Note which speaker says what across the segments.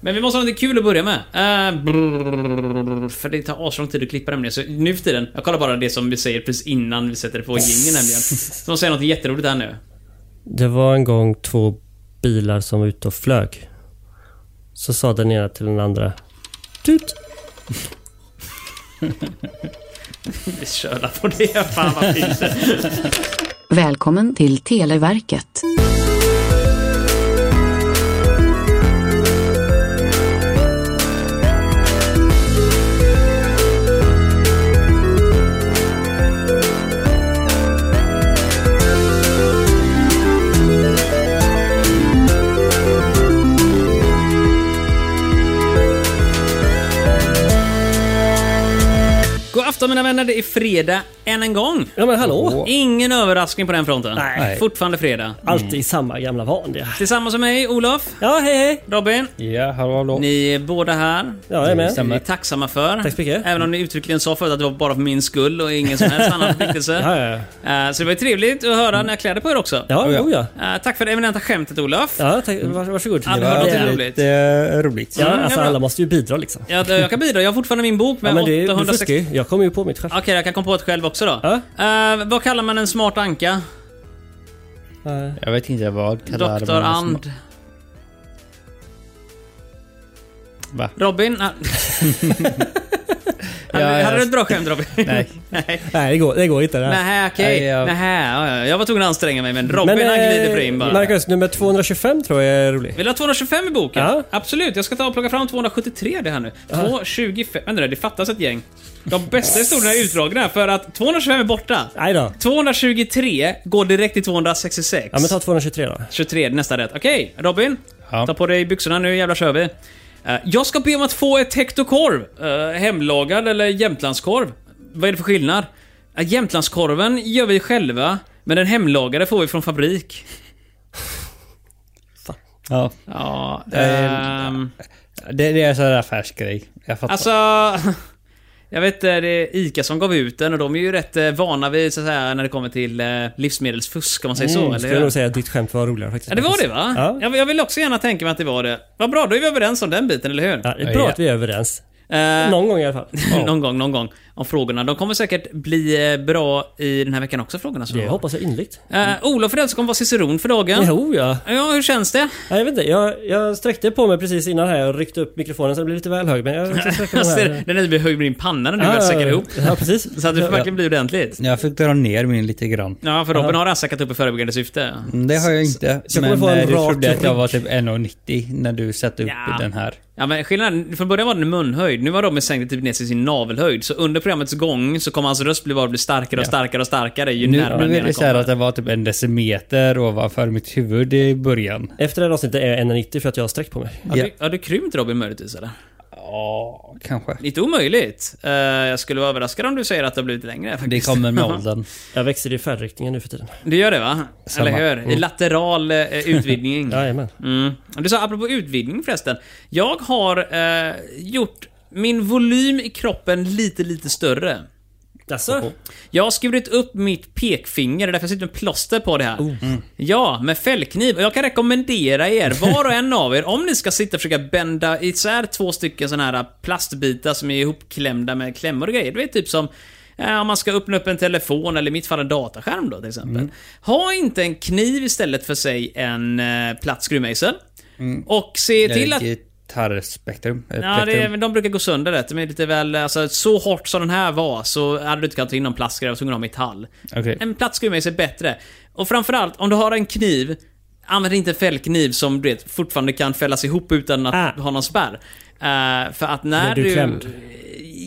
Speaker 1: Men vi måste ha något kul att börja med. Eh, brrrr, för det tar aslång tid att klippa nämligen. Så nu för tiden, jag kollar bara det som vi säger precis innan vi sätter på jingeln nämligen. Så de säger något jätteroligt här nu.
Speaker 2: Det var en gång två bilar som var ute och flög. Så sa den ena till den andra. Tut!
Speaker 1: Vi kör på det. Fan vad pinsamt.
Speaker 3: Välkommen till Televerket.
Speaker 1: God afton mina vänner, det är fredag än en gång.
Speaker 2: Ja men hallå!
Speaker 1: Ingen överraskning på den fronten.
Speaker 2: Nej.
Speaker 1: Fortfarande fredag.
Speaker 2: Alltid samma gamla vanliga.
Speaker 1: Tillsammans med mig, Olof,
Speaker 2: Ja, hej hej!
Speaker 1: Robin.
Speaker 4: Ja, hallå hallå.
Speaker 1: Ni är båda här.
Speaker 2: Ja, jag är med.
Speaker 1: Vi är
Speaker 4: Stämmer.
Speaker 1: tacksamma för.
Speaker 2: Tack så mycket.
Speaker 1: Även om ni uttryckligen sa förut att det var bara för min skull och ingen som helst annan förpliktelse.
Speaker 2: Ja, ja,
Speaker 1: Eh, Så det var ju trevligt att höra när jag klädde på er också.
Speaker 2: ja. Oh, Ja, jo, ja.
Speaker 1: Eh, Tack för det eminenta skämtet Olof.
Speaker 2: Ja, tack. Vars, varsågod.
Speaker 1: Ja, det var
Speaker 2: ja,
Speaker 1: roligt.
Speaker 4: Lite eh, roligt.
Speaker 2: ja,
Speaker 1: Mm,
Speaker 2: alltså
Speaker 1: ja, bra.
Speaker 2: alla måste ju bidra liksom.
Speaker 1: Jag, jag kan bidra, jag har fortfarande min bok
Speaker 2: Ja,
Speaker 1: med
Speaker 2: men det, du
Speaker 1: 806...
Speaker 2: fuskar ju. Jag kommer ju på mitt själv.
Speaker 1: Okej, jag kan komma på ett själv också då.
Speaker 2: Ja.
Speaker 1: Eh, vad kallar man en smart anka?
Speaker 2: Eh,
Speaker 4: Jag vet inte vad kallar
Speaker 1: Doktor
Speaker 4: man det som-
Speaker 1: And.
Speaker 4: Va?
Speaker 1: Robin? Ah.
Speaker 4: Ja,
Speaker 1: hade,
Speaker 4: ja.
Speaker 1: hade du ett bra skämt Robin?
Speaker 4: Nej.
Speaker 1: Nej.
Speaker 2: Nej, det går, det går inte. Det här.
Speaker 1: Nähä, okej.
Speaker 4: Nej, jag- eh,
Speaker 1: Nähä, ja, ja. Jag var tvungen att anstränga mig men Robin han glider på in bara.
Speaker 2: eh, Marcus, nummer 225 tror jag är rolig.
Speaker 1: Vill du ha 225 i boken?
Speaker 2: Ja.
Speaker 1: Absolut, jag ska ta och plocka fram 273 det här nu. 225, vänta nu, det fattas ett gäng. De bästa historierna är utdragna för att 225 är borta.
Speaker 2: Nej då.
Speaker 1: 223 går direkt till 266.
Speaker 2: Ja, men ta 223 då.
Speaker 1: 23 är nästa rätt. Okej, Robin.
Speaker 4: Ja.
Speaker 1: Ta på dig byxorna nu, jävlar kör vi. Eh, jag ska be om att få ett hektokorv. Uh, hemlagad eller jämtlandskorv. Vad är det för skillnad? Uh, jämtlandskorven gör vi själva, men den hemlagade får vi från fabrik.
Speaker 4: Ja.
Speaker 1: Ja,
Speaker 4: är-
Speaker 2: eh,
Speaker 1: ehm,
Speaker 4: Det, det är en sån där affärsgrej. Jag fattar.
Speaker 1: Alltså... Jag vet inte, det är ICA som gav ut den och de är ju rätt eh, vana vid så att säga, när det kommer till eh, livsmedelsfusk om man säger så.
Speaker 2: Mm, skulle
Speaker 1: Eller?
Speaker 2: jag
Speaker 1: hur?
Speaker 2: nog säga att ditt skämt var roligare faktiskt.
Speaker 1: Ja, det var det va?
Speaker 2: Ja.
Speaker 1: Jag, jag vill också gärna tänka mig att det var det. Vad bra, då är vi överens om den biten, eller hur?
Speaker 2: Ja, det är bra
Speaker 4: Ja.
Speaker 2: att vi är överens.
Speaker 1: Eh,
Speaker 2: Någon gång i alla fall.
Speaker 1: någon gång, någon gång. Om frågorna. De kommer säkert bli eh, bra i den här veckan också, frågorna. som
Speaker 2: Det
Speaker 1: de har.
Speaker 2: hoppas jag innerligt.
Speaker 1: Eh, Olof Rödström kommer vara ciceron för dagen.
Speaker 2: Jo, ja.
Speaker 1: Ja, hur känns det?
Speaker 2: Nej, Jag vet inte, jag, jag sträckte på mig precis innan här och ryckte upp mikrofonen så den blev lite väl hög. Men jag ska sträcka på
Speaker 1: Alltså,
Speaker 2: mig här.
Speaker 1: den är blir höjd med din panna när du
Speaker 2: Ja,
Speaker 1: väl säkrar
Speaker 2: ja,
Speaker 1: ihop.
Speaker 2: Ja, precis.
Speaker 1: Så att det får verkligen bli ordentligt.
Speaker 4: Jag fick dra ner min lite grann.
Speaker 1: Ja, för Robin har den säkrat upp i förebyggande syfte.
Speaker 4: Mm, Det har jag inte.
Speaker 2: så jag kommer
Speaker 4: men
Speaker 2: få en
Speaker 4: eh, du
Speaker 2: rak
Speaker 4: trodde att jag
Speaker 2: rygg.
Speaker 4: var typ 1,90 när du satte upp
Speaker 1: Ja.
Speaker 4: den här.
Speaker 1: Ja men skillnaden, från början var den munhöjd, nu var Robin sänkt typ ner till sin navelhöjd. Så under programmets gång så kommer hans röst bli bara bli starkare och starkare och starkare ju
Speaker 4: Nu,
Speaker 1: närmare
Speaker 4: nu är
Speaker 1: den
Speaker 4: det så här
Speaker 1: kommer.
Speaker 4: att den var typ en decimeter ovanför mitt huvud i början.
Speaker 2: Efter det här avsnittet är jag 1,90 för att jag har sträckt på mig.
Speaker 1: Har du, har du krympt Robin möjligtvis eller?
Speaker 4: Ja, kanske.
Speaker 1: Lite omöjligt. Eh, jag skulle vara överraskad om du säger att det har blivit längre
Speaker 4: Det
Speaker 1: faktiskt.
Speaker 4: kommer med åldern.
Speaker 2: Jag växer i färdriktningen nu för tiden.
Speaker 1: Du gör det va?
Speaker 4: Samma. Mm.
Speaker 1: Eller hur? I lateral eh, utvidgning.
Speaker 2: Jajamän.
Speaker 1: Mm. Du sa apropå utvidgning förresten. Jag har eh, gjort min volym i kroppen lite, lite större.
Speaker 2: Jaså?
Speaker 1: Alltså, Jag har skurit upp mitt pekfinger, det är därför sitter med plåster på det här. Ja, med fällkniv. Och jag kan rekommendera er, var och en av er, om ni ska sitta och försöka bända isär två stycken såna här plastbitar som är ihopklämda med klämmor och grejer. Det är typ som eh, om man ska öppna upp en telefon eller i mitt fall en dataskärm då till exempel. Ha inte en kniv istället för sig en eh, platt skruvmejsel. Och se till att...
Speaker 4: Gitarrspektrum. eh,
Speaker 1: Ja, det,
Speaker 4: plektrum.
Speaker 1: men de brukar gå sönder rätt. De är lite väl... Alltså, så hårt som den här var så hade du inte kunnat ta in någon plastgrej, du var tvungen att ha metall.
Speaker 4: Okej.
Speaker 1: En platt skruvmejsel är bättre. Och framförallt, om du har en kniv, använd inte en fällkniv som du vet, fortfarande kan fällas ihop utan att
Speaker 2: Ah.
Speaker 1: ha någon spärr. Eh, för att när
Speaker 2: Blev du
Speaker 1: du...
Speaker 2: klämd?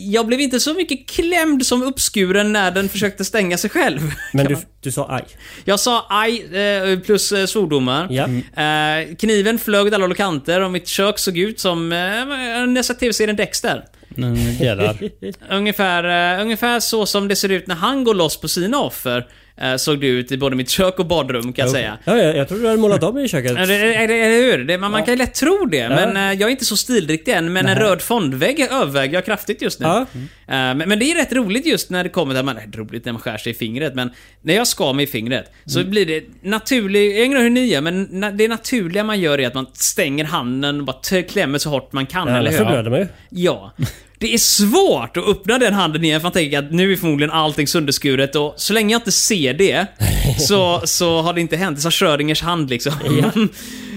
Speaker 1: Jag blev inte så mycket klämd som uppskuren när den försökte stänga sig själv.
Speaker 2: Men du, du sa aj.
Speaker 1: Jag sa aj eh, plus eh, svordomar.
Speaker 2: Ja.
Speaker 1: Eh, kniven flög åt alla håll och kanter och mitt kök såg ut som eh, när jag sett tv-serien Dexter.
Speaker 4: Mm, delar.
Speaker 1: Ungefär, eh, ungefär så som det ser ut när han går loss på sina offer. eh, såg det ut i både mitt kök och badrum kan jag säga.
Speaker 2: Ja, jag, jag tror du hade målat dem i köket.
Speaker 1: Eller, eller, eller hur? Det, man, man kan ju lätt tro det, men eh, jag är inte så stilriktig än. Men en röd fondvägg överväger jag kraftigt just nu.
Speaker 2: Ja.
Speaker 1: Eh, men, men det är rätt roligt just när det kommer till... Man, nej, roligt när man skär sig i fingret, men när jag skar mig i fingret så
Speaker 2: Mm.
Speaker 1: blir det naturligt... Jag vet inte hur ni gör, men na, det naturliga man gör är att man stänger handen och bara t- klämmer så hårt man kan,
Speaker 2: Ja,
Speaker 1: eller
Speaker 2: Annars så
Speaker 1: hur?
Speaker 2: blöder man ju.
Speaker 1: Ja. Det är svårt att öppna den handen igen för man tänker att nu är förmodligen allting sönderskuret och så länge jag inte ser det så, så har det inte hänt. Det är som Schrödingers hand liksom.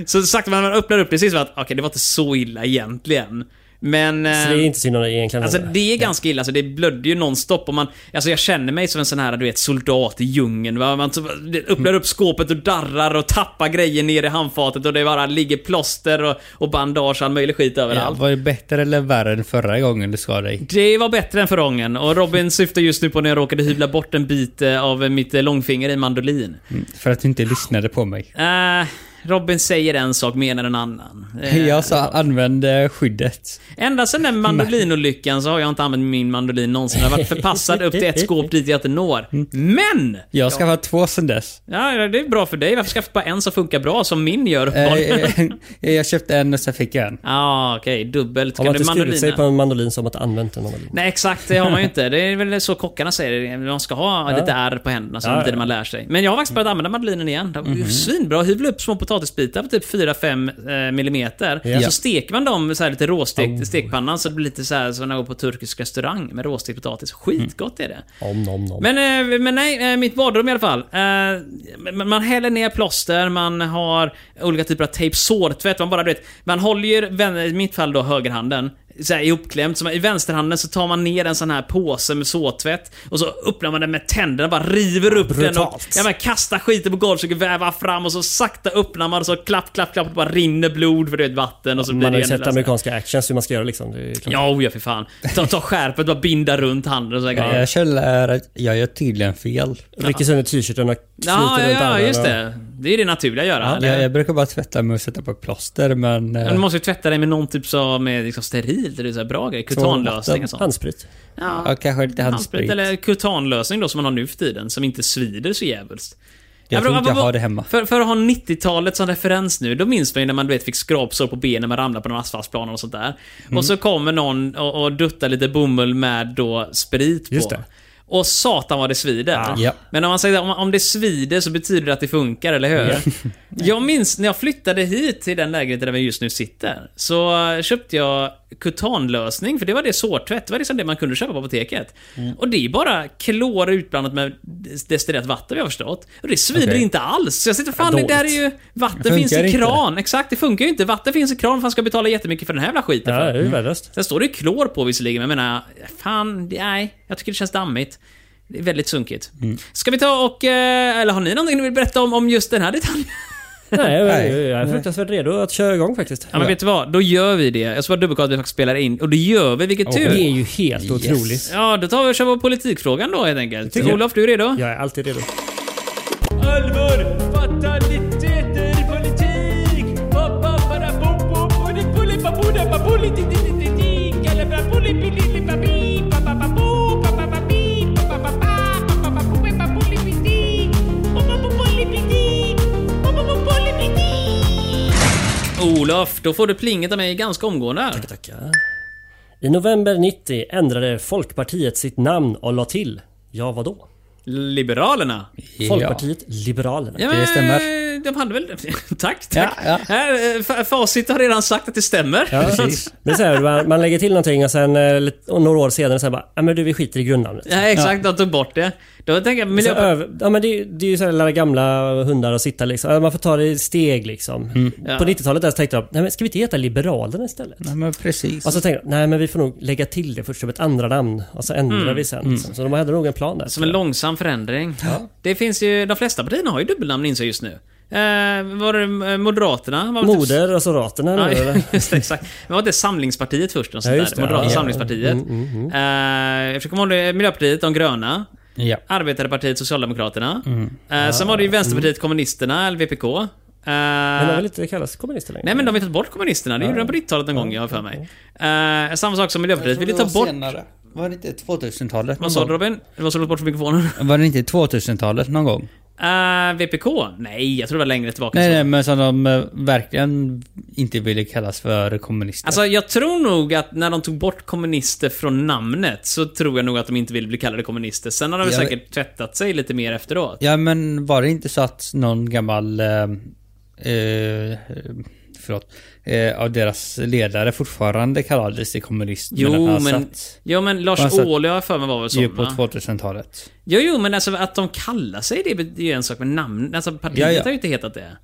Speaker 1: så sakta man öppnar upp det sist var att okej, det var inte så illa egentligen. Men...
Speaker 2: Så det är inte synd om det egentligen.
Speaker 1: Alltså det är ganska illa, alltså, det blödde ju nonstop. Och man, alltså, jag känner mig som en sån här du vet, soldat i djungeln. va? Man så- det öppnar upp skåpet och darrar och tappar grejer ner i handfatet och det bara ligger plåster och, och bandage och all möjlig skit
Speaker 4: Ja,
Speaker 1: överallt.
Speaker 4: var det bättre eller värre än förra gången du skar dig?
Speaker 1: Det var bättre än förra gången och Robin syftar just nu på när jag råkade hyvla bort en bit eh, av mitt eh, långfinger i mandolin.
Speaker 4: För att du inte lyssnade på mig.
Speaker 1: Eh, Robin säger en sak, menar en annan. Eh,
Speaker 4: Jag sa använd eh, skyddet.
Speaker 1: Ända sedan den mandolinolyckan så har jag inte använt min mandolin någonsin. Jag har varit förpassad upp till ett skåp dit jag inte når. Men!
Speaker 4: Jag ska ha två sen dess.
Speaker 1: Ja, det är bra för dig. Varför skaffa bara en som funkar bra, som min gör
Speaker 4: Eh,
Speaker 1: uppenbarligen? Ja,
Speaker 4: eh, jag köpte en och sen fick jag en.
Speaker 1: ah, okej. Dubbelt.
Speaker 2: Har
Speaker 1: Kan
Speaker 2: man
Speaker 1: du
Speaker 2: inte skurit sig
Speaker 1: mandolina?
Speaker 2: på en mandolin så har man inte använt en mandolin.
Speaker 1: Nej, exakt. Det har man ju inte. Det är väl så kockarna säger. Man ska ha lite ärr på händerna så
Speaker 2: Ja, Mhm.
Speaker 1: under
Speaker 2: ja.
Speaker 1: tiden man lär sig. Men jag har faktiskt börjat använda mandolinen igen. Det var ju Svinbra. Hyvla upp små potatisbitar på typ 4-5 millimeter.
Speaker 2: Ja. Oh.
Speaker 1: Så steker man dem så här lite råstekt i stekpannan så det blir lite så här som när man går på turkisk restaurang med råstekt potatis. Skitgott är det.
Speaker 2: Om, nom, nom.
Speaker 1: Men, eh, men nej, eh, mitt badrum i alla fall. Eh, man- man häller ner plåster, man har olika typer av tejp, sårtvätt. Man bara du vet, man håller ju, vän- i mitt fall då, högerhanden. Så här ihopklämd. Så man, I vänsterhanden så tar man ner en sån här påse med sårtvätt. Och så öppnar man den med tänderna, bara river upp den. Och,
Speaker 2: Brutalt.
Speaker 1: ja, man kastar skiten på golvet, försöker väva fram och så sakta öppnar man och så klapp, klapp, klapp. Och bara rinner blod för det är ett vatten. Och så blir
Speaker 2: Man har
Speaker 1: det
Speaker 2: ju
Speaker 1: en
Speaker 2: sett
Speaker 1: lös-
Speaker 2: amerikanska actions hur man ska göra liksom. Det är ju klart.
Speaker 1: Ja, oja, för fan. Ta, ta skärpet, bara binda runt handen och så här grejer.
Speaker 4: Eh, Jag känner att jag gör tydligen fel.
Speaker 2: Rycker sönder t-shirten och knyter
Speaker 1: Ja, ja,
Speaker 2: runt
Speaker 1: ja
Speaker 2: armen
Speaker 1: just
Speaker 2: och-
Speaker 1: det. Det är det naturliga att göra. eller?
Speaker 4: Jag, jag brukar bara tvätta mig och sätta på plåster men... eh,
Speaker 1: Men du måste ju tvätta dig med någon typ av med liksom sterilt, eller så här bra grej. Kutanlösning och sånt.
Speaker 2: Handsprit.
Speaker 1: Ja,
Speaker 4: Ja, kanske lite handsprit.
Speaker 1: Eller kutanlösning då som man har nu för tiden, som inte svider så jävligt.
Speaker 4: Jag tror inte jag har det hemma.
Speaker 1: För, för att ha 90-talet som referens nu, då minns man ju när man du vet, fick skrapsår på benen, man ramlade på någon asfaltsplan och sånt där.
Speaker 4: Mm.
Speaker 1: Och så kommer någon och, och duttar lite bomull med då sprit på.
Speaker 4: Just det.
Speaker 1: Och satan vad det svider.
Speaker 4: Ja.
Speaker 1: Men om man säger om, om det svider så betyder det att det funkar, eller hur? jag minns när jag flyttade hit till den lägenheten där vi just nu sitter. Så eh, köpte jag kutanlösning, för det var det sårtvätt. Det var liksom det man kunde köpa på apoteket. Och det är bara klor utblandat med destillerat vatten, vi har förstått. Och det svider
Speaker 4: Okej.
Speaker 1: inte alls. Så jag sitter fan, det
Speaker 2: Dåligt.
Speaker 1: där är ju... Vatten
Speaker 4: funkar
Speaker 1: finns i
Speaker 4: inte.
Speaker 1: kran. Exakt, det funkar ju inte. Vatten finns i kran, fan ska jag betala jättemycket för den här jävla skiten.
Speaker 2: Ja,
Speaker 1: för?
Speaker 2: det är ju värdelöst.
Speaker 1: Sen står det ju klor på visserligen, men jag menar, fan, det- nej. Jag tycker det känns dammigt. Det är väldigt sunkigt. Ska vi ta och... eh, Eller har ni någonting ni vill berätta om, om just den här detaljen?
Speaker 2: Nej,
Speaker 4: Nej.
Speaker 2: men jag är fruktansvärt redo att köra igång faktiskt.
Speaker 1: Ja, men vet du vad? Då gör vi det. Jag ska bara dubbelkolla att vi faktiskt spelar in. Och det gör vi, vilket
Speaker 2: Det är
Speaker 1: tur.
Speaker 2: ju helt otroligt.
Speaker 1: Ja, då tar vi och kör vår politikfrågan då helt enkelt.
Speaker 2: tycker jag.
Speaker 1: Olof, du är redo?
Speaker 2: Jag är alltid redo.
Speaker 1: Allvar, fataliteter, politik! Olof, då får du plinget av mig ganska omgående. här.
Speaker 2: Tackar. I november 90 ändrade Folkpartiet sitt namn och la till, ja vadå?
Speaker 1: Liberalerna.
Speaker 2: Folkpartiet Liberalerna.
Speaker 1: Ja,
Speaker 4: Det
Speaker 1: men, eh,
Speaker 4: stämmer.
Speaker 1: De hade väl... tack,
Speaker 4: Ja,
Speaker 1: tack.
Speaker 4: ja.
Speaker 1: Här, eh, fa- Facit har redan sagt att det stämmer.
Speaker 2: Ja, precis. Det är så här, man, man lägger till någonting och sen eh, lite- och några år senare så här bara, ja men du vi skiter i grundnamnet.
Speaker 1: Nej, exakt. De tog bort det. Då tänker jag
Speaker 2: Så
Speaker 1: miljö...
Speaker 2: över, ja men det, är- det är ju sådana gamla hundar och sitta liksom. Ja, Man får ta det i steg liksom.
Speaker 1: Ja.
Speaker 2: På 90-talet där så tänkte de, nej men ska vi inte heta Liberalerna istället?
Speaker 4: Ja, men precis.
Speaker 2: Och så tänkte de, nej men vi får nog lägga till det först som ett andra namn och så ändrar vi sen. liksom. Så de hade nog en plan där.
Speaker 1: Mm. Som en långsam förändring. Det finns ju... De flesta partierna har ju dubbelnamn inser jag just nu. Eh, var det eh, Moderaterna? Var det typ-
Speaker 2: Moder och så raterna nu,
Speaker 1: Ja,
Speaker 2: eller?
Speaker 1: just det, exakt. Men var det Samlingspartiet först? Och sånt
Speaker 2: Ja, just
Speaker 1: där.
Speaker 2: det.
Speaker 1: Moderata
Speaker 2: Ja. Mm,
Speaker 1: samlingspartiet. Eh, jag försöker komma ihåg det. Miljöpartiet, De gröna.
Speaker 4: Ja.
Speaker 1: Arbetarpartiet, Socialdemokraterna.
Speaker 2: Mm.
Speaker 1: Eh, sen var det ju Vänsterpartiet, Kommunisterna, eller VPK. Eh,
Speaker 2: Men de vill inte kallas kommunister längre.
Speaker 1: Nej men de eh, har ju tagit bort kommunisterna, det gjorde de på 90-talet någon gång jag har för mig. Eh, samma sak som Miljöpartiet ville ta bort...
Speaker 4: Var det inte 2000-talet? någon
Speaker 1: Vad sa du
Speaker 4: gång?
Speaker 1: Robin? Det var så långt bort från mikrofonen.
Speaker 4: Var det inte 2000-talet någon gång?
Speaker 1: Eh, VPK? Nej, jag tror det var längre tillbaka. än
Speaker 4: Nej,
Speaker 1: så.
Speaker 4: nej, men som de eh, verkligen inte ville kallas för kommunister.
Speaker 1: Alltså jag tror nog att när de tog bort kommunister från namnet så tror jag nog att de inte ville bli kallade kommunister. Sen har de väl
Speaker 4: Jag vet-
Speaker 1: säkert tvättat sig lite mer efteråt.
Speaker 4: Ja, men var det inte så att någon gammal... Eh, eh, förlåt. Eh, av deras ledare fortfarande kallades till kommunist? medan
Speaker 1: Jo
Speaker 4: han
Speaker 1: men,
Speaker 4: satt
Speaker 1: jo men Lars
Speaker 4: Han satt-
Speaker 1: Ohly har jag för mig var väl
Speaker 4: ju
Speaker 1: sån
Speaker 4: på
Speaker 1: va?
Speaker 4: 2000-talet.
Speaker 1: Jo, jo, men alltså att de kallar sig det är ju en sak, men namn... Alltså partiet
Speaker 4: Ja, ja.
Speaker 1: har ju inte hetat det.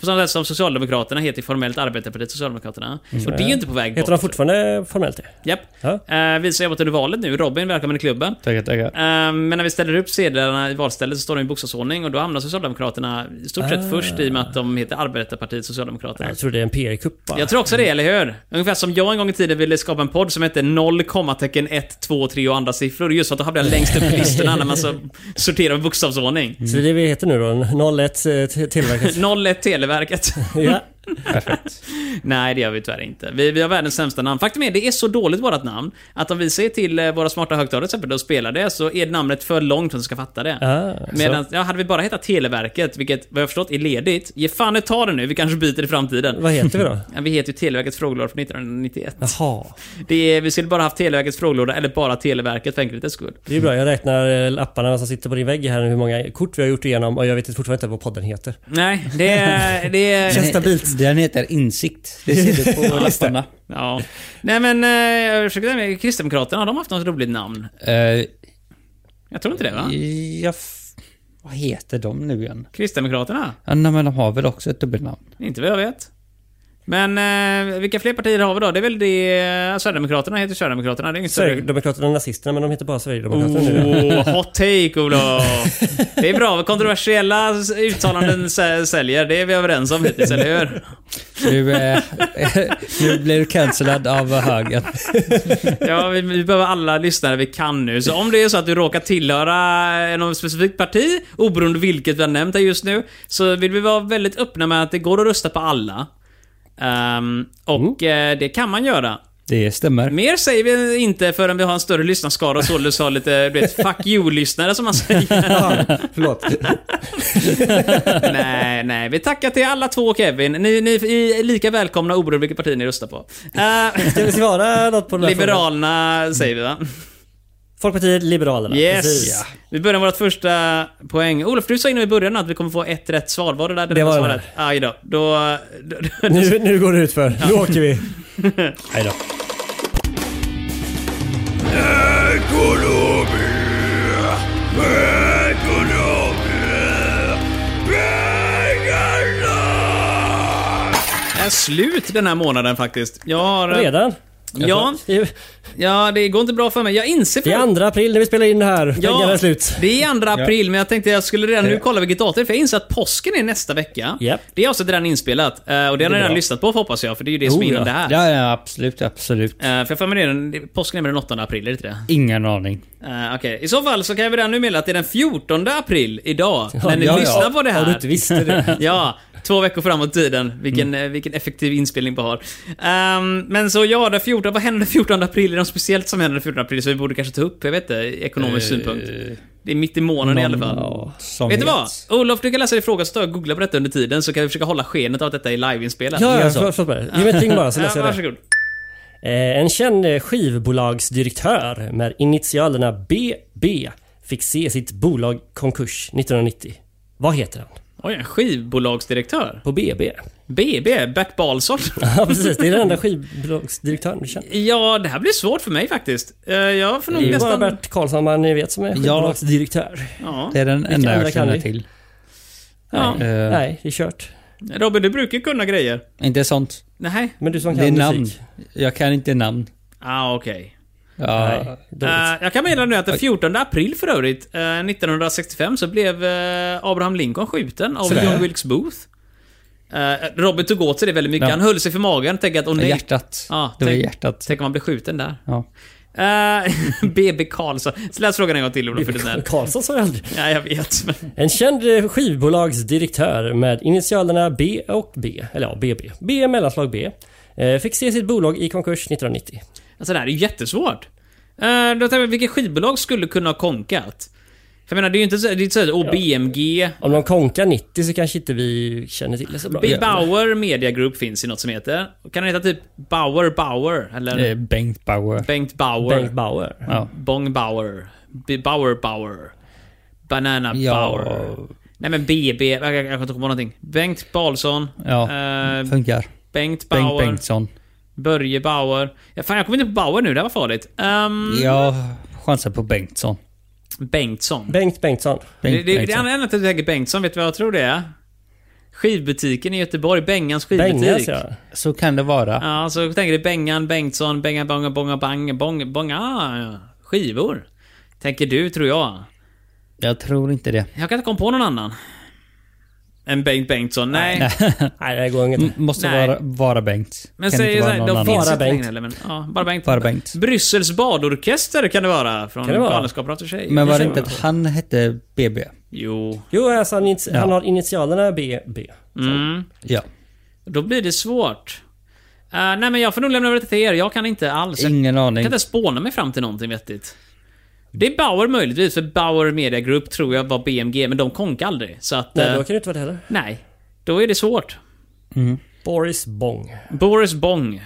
Speaker 1: På samma sätt som Socialdemokraterna heter ju formellt Arbetarpartiet Socialdemokraterna. Och det är ju inte på väg
Speaker 2: Mm. Heter de
Speaker 1: bort.
Speaker 2: fortfarande formellt det?
Speaker 1: Japp.
Speaker 2: Ja.
Speaker 1: Eh, vi som jobbat under valet nu. Robin, välkommen i klubben.
Speaker 4: Tackar, tackar.
Speaker 1: Eh, men när vi ställer upp sedlarna i valstället så står de i bokstavsordning och då hamnar Socialdemokraterna i stort sett
Speaker 2: Ah.
Speaker 1: först i och med att de heter Arbetarpartiet Socialdemokraterna.
Speaker 2: Jag tror det är en PR-kupp bara.
Speaker 1: Jag tror också det, eller hur? Ungefär som jag en gång i tiden ville skapa en podd som hette 0, kommatecken 1, 2, 3 och andra siffror. Just för att då hamnade jag längst upp i listorna när man så sorterar med bokstavsordning.
Speaker 2: Så det är det vi heter nu då? 01 eh, t- tillverkat.
Speaker 1: 01 Televerket.
Speaker 2: ja.
Speaker 1: Nej, det gör vi tyvärr inte. Vi, vi har världens sämsta namn. Faktum är, det är så dåligt vårt namn, att om vi säger till eh, våra smarta högtalare till exempel och spelar det, så är namnet för långt för att de ska fatta det.
Speaker 2: Ah,
Speaker 1: Medan, ja, hade vi bara hetat Televerket, vilket vad jag har förstått är ledigt, ge fan i ta det nu, vi kanske byter i framtiden.
Speaker 2: Vad heter vi då?
Speaker 1: Ja, vi heter ju Televerkets frågelåda från 1991.
Speaker 2: Jaha.
Speaker 1: Det är, vi skulle bara haft Televerkets frågelåda, eller bara Televerket för enkelhetens skull.
Speaker 2: Det är bra. Jag räknar eh, lapparna som sitter på din vägg här nu, hur många kort vi har gjort igenom och jag vet fortfarande inte vad podden heter.
Speaker 1: Nej, det är... Det är
Speaker 2: Känns stabilt.
Speaker 4: Eh, Den heter Insikt. Det sitter på lapparna.
Speaker 1: Ja. Nej men, eh, jag försöker tänka mig, Kristdemokraterna, har de haft något roligt namn?
Speaker 4: Eh,
Speaker 1: Jag tror inte det va?
Speaker 4: jag f- vad heter de nu igen?
Speaker 1: Kristdemokraterna?
Speaker 4: Ja, nej, men de har väl också ett dubbelnamn?
Speaker 1: Inte vad jag vet. Men eh, vilka fler partier har vi då? Det är väl det... eh, Sverigedemokraterna heter Sverigedemokraterna, det är inget större...
Speaker 2: Sverigedemokraterna och nazisterna, men de heter bara Sverigedemokraterna nu.
Speaker 1: Oh, hot take Olof! Det är bra, kontroversiella s- uttalanden sä- säljer. Det är vi överens om hittills, eller hur?
Speaker 4: Nu, eh, nu blir du cancellad av högern.
Speaker 1: Ja, vi, vi behöver alla lyssnare vi kan nu. Så om det är så att du råkar tillhöra eh, något specifikt parti, oberoende vilket vi har nämnt här just nu, så vill vi vara väldigt öppna med att det går att rösta på alla. Ehm, och eh, det kan man göra.
Speaker 4: Det stämmer.
Speaker 1: Mer säger vi inte förrän vi har en större lyssnarskara och således har lite du vet, fuck you-lyssnare som man säger.
Speaker 2: Förlåt.
Speaker 1: nej, nej. Vi tackar till alla två och Kevin. Ni, ni är lika välkomna oberoende vilket parti ni röstar på. Eh,
Speaker 2: Ska vi svara något på den här frågan?
Speaker 1: Liberalerna säger vi va?
Speaker 2: Folkpartiet Liberalerna.
Speaker 1: Yes!
Speaker 2: Precis.
Speaker 1: Vi börjar med vårt första poäng. Olof, du sa innan i början att vi kommer få ett rätt svar. Var det där
Speaker 2: Det
Speaker 1: rätta
Speaker 2: var det.
Speaker 1: svaret? Aj då. Då... då, då
Speaker 2: Nu, nu går det ut för. Nu åker vi.
Speaker 4: Hej då.
Speaker 1: är slut den här månaden faktiskt. Jag har...
Speaker 2: Redan?
Speaker 1: Ja,
Speaker 2: Det är-
Speaker 1: ja, det går inte bra för mig. Jag inser...
Speaker 2: Det är andra april när vi spelar in det här. Veckan är slut.
Speaker 1: det är andra april, men jag tänkte jag skulle redan nu kolla vilket datum det är, för jag inser att påsken är nästa vecka.
Speaker 2: Japp.
Speaker 1: Det är alltså redan inspelat. eh, Och det har ni redan lyssnat på hoppas jag, för det är ju det som är
Speaker 2: Oh,
Speaker 1: innan
Speaker 2: ja.
Speaker 1: det här.
Speaker 4: Ja, ja, absolut, absolut.
Speaker 1: Eh, För jag har för mig det, är den- påsken är väl den 8 april, är det inte det?
Speaker 4: Ingen aning.
Speaker 1: Eh, Okej, i så fall så kan jag väl redan nu meddela att det är den 14 april idag, när ni
Speaker 2: ja, ja.
Speaker 1: lyssnar på det
Speaker 2: Har du
Speaker 1: här.
Speaker 2: inte visst det? Mm.
Speaker 1: ja, två veckor framåt i tiden. Vilken, eh, vilken effektiv inspelning på har. Ehm, men så ja, den 14, vad händer den 14 april? Är det något speciellt som händer den 14 april som vi borde kanske ta upp? Jag vet inte, i ekonomisk
Speaker 2: Eh,
Speaker 1: synpunkt. Det är mitt i månaden i alla fall.
Speaker 4: Som
Speaker 1: Vet du vad? Olof, du kan läsa din fråga så tar jag och googlar på detta under tiden så kan vi försöka hålla skenet av att detta är liveinspelat.
Speaker 2: Ja, ja,
Speaker 4: Jaså.
Speaker 2: förlåt, förlåt mig. Ge mig ett ting bara så
Speaker 1: Ja,
Speaker 2: läser jag det.
Speaker 1: varsågod.
Speaker 2: Eh, En känd eh, skivbolagsdirektör med initialerna BB fick se sitt bolag konkurs 1990. Vad heter han?
Speaker 1: Oj, en skivbolagsdirektör.
Speaker 2: På BB?
Speaker 1: BB, Bert Balsson.
Speaker 2: Ja, precis. Det är den enda skivbolagsdirektören du känner.
Speaker 1: Ja, det här blir svårt för mig faktiskt. Eh, Jag får nog
Speaker 2: Det är ju bara
Speaker 1: nästan...
Speaker 2: Bert Karlsson man ni vet som är skivbolagsdirektör.
Speaker 1: Ja.
Speaker 4: Det är den enda
Speaker 2: andra
Speaker 4: jag
Speaker 2: kan
Speaker 4: känner
Speaker 2: vi?
Speaker 4: till.
Speaker 1: Ja.
Speaker 4: Eh,
Speaker 2: Nej, det är kört.
Speaker 1: Robin, du brukar ju kunna grejer.
Speaker 4: Inte sånt.
Speaker 1: Nej.
Speaker 2: Men du som
Speaker 4: Det är
Speaker 2: kan
Speaker 4: namn.
Speaker 2: musik.
Speaker 4: Jag kan inte namn.
Speaker 1: Ah, okej.
Speaker 4: Ja,
Speaker 2: Nej, dåligt.
Speaker 1: Eh, jag kan meddela nu att den 14 april för övrigt, eh, 1965, så blev eh, Abraham Lincoln skjuten av
Speaker 4: Sådär.
Speaker 1: John Wilkes Booth. Eh, Robert tog åt sig det väldigt mycket.
Speaker 4: Ja.
Speaker 1: Han höll sig för magen och tänkte att åh nej,
Speaker 4: hjärtat.
Speaker 1: Ja,
Speaker 4: det var
Speaker 1: tänk-
Speaker 4: hjärtat.
Speaker 1: tänk om man blir skjuten där.
Speaker 4: Ja.
Speaker 1: Eh, BB Karlsson. Så läs frågan en gång till Olof, för det är snäll.
Speaker 2: Karlsson sa jag aldrig.
Speaker 1: Ja, jag vet. Men,
Speaker 2: En känd eh, skivbolagsdirektör med initialerna B och B, eller ja, BB. B är mellanslag B. eh, Fick se sitt bolag i konkurs 1990.
Speaker 1: alltså, det här är ju jättesvårt. Eh, då tänkte jag, vilket skivbolag skulle kunna ha konkat? För jag menar, det är ju inte så, det är inte så här, åh, BMG.
Speaker 2: Om de konkar 90 så kanske inte vi känner till det så bra.
Speaker 1: Big Bauer Media Group finns i något som heter. Kan den heta typ Bauer Bauer? Eller
Speaker 4: Eh, Bengt Bauer.
Speaker 1: Bengt Bauer?
Speaker 2: Bengt Bauer.
Speaker 4: Ja.
Speaker 1: Bong Bauer. B- Bauer Bauer. Banana
Speaker 4: Ja.
Speaker 1: Bauer. Nej men BB, jag, jag, jag kan inte komma på någonting. Bengt Balsson.
Speaker 4: Ja,
Speaker 1: eh,
Speaker 4: Funkar.
Speaker 1: Bengt
Speaker 4: Bengt
Speaker 1: Bauer.
Speaker 4: Bengtsson.
Speaker 1: Börje Bauer. Ja, fan jag kommer inte på Bauer nu, det här var farligt. Ehm,
Speaker 4: Jag chansar på Bengtsson.
Speaker 1: Bengtsson.
Speaker 2: Bengt Bengtsson.
Speaker 1: Det,
Speaker 4: Bengt
Speaker 1: det, det är
Speaker 4: Bengtsson.
Speaker 1: anledningen till att jag tänker Bengtsson, vet du vad jag tror det är? Skivbutiken i Göteborg, Bengans skivbutik.
Speaker 2: Bengas ja.
Speaker 4: Så kan det vara.
Speaker 1: Ja, så tänker du Bengan, Bengtsson, Bengan, Bonga, Bonga, Bang, Bong, Bonga, ah, ja. skivor. Tänker du, tror jag.
Speaker 4: Jag tror inte det.
Speaker 1: Jag kan inte komma på någon annan. Än Bengt Bengtsson, nej.
Speaker 2: Nej, det går inget.
Speaker 4: M- Måste
Speaker 1: Nej.
Speaker 4: vara, vara Bengt.
Speaker 1: Men
Speaker 4: kan
Speaker 1: säg
Speaker 4: inte
Speaker 1: så
Speaker 4: vara
Speaker 1: här,
Speaker 4: någon
Speaker 1: de
Speaker 4: annan.
Speaker 1: finns
Speaker 2: Bara
Speaker 1: inte
Speaker 2: Bengt.
Speaker 1: längre heller, men ja, bara Bengt.
Speaker 4: Bara Bengt.
Speaker 1: Bryssels badorkester kan det vara, från
Speaker 2: Kan det vara?
Speaker 1: Galenskaparna för sig.
Speaker 4: Men var det inte att han hette BB?
Speaker 1: Jo.
Speaker 2: Jo, alltså han, init- han har initialerna B. B.
Speaker 1: Mm.
Speaker 4: Ja.
Speaker 1: Då blir det svårt. Eh, nej men jag får nog lämna över det till er, jag kan inte alls. Jag
Speaker 4: Ingen aning.
Speaker 1: kan inte spåna mig fram till någonting vettigt. Det är Bauer möjligtvis, för Bauer Media Group tror jag var BMG, men de konkade aldrig. Så att...
Speaker 2: Nej,
Speaker 1: eh,
Speaker 2: då kan det inte vara det heller.
Speaker 1: Nej. Då är det svårt.
Speaker 2: Boris Bong.
Speaker 1: Boris Bong.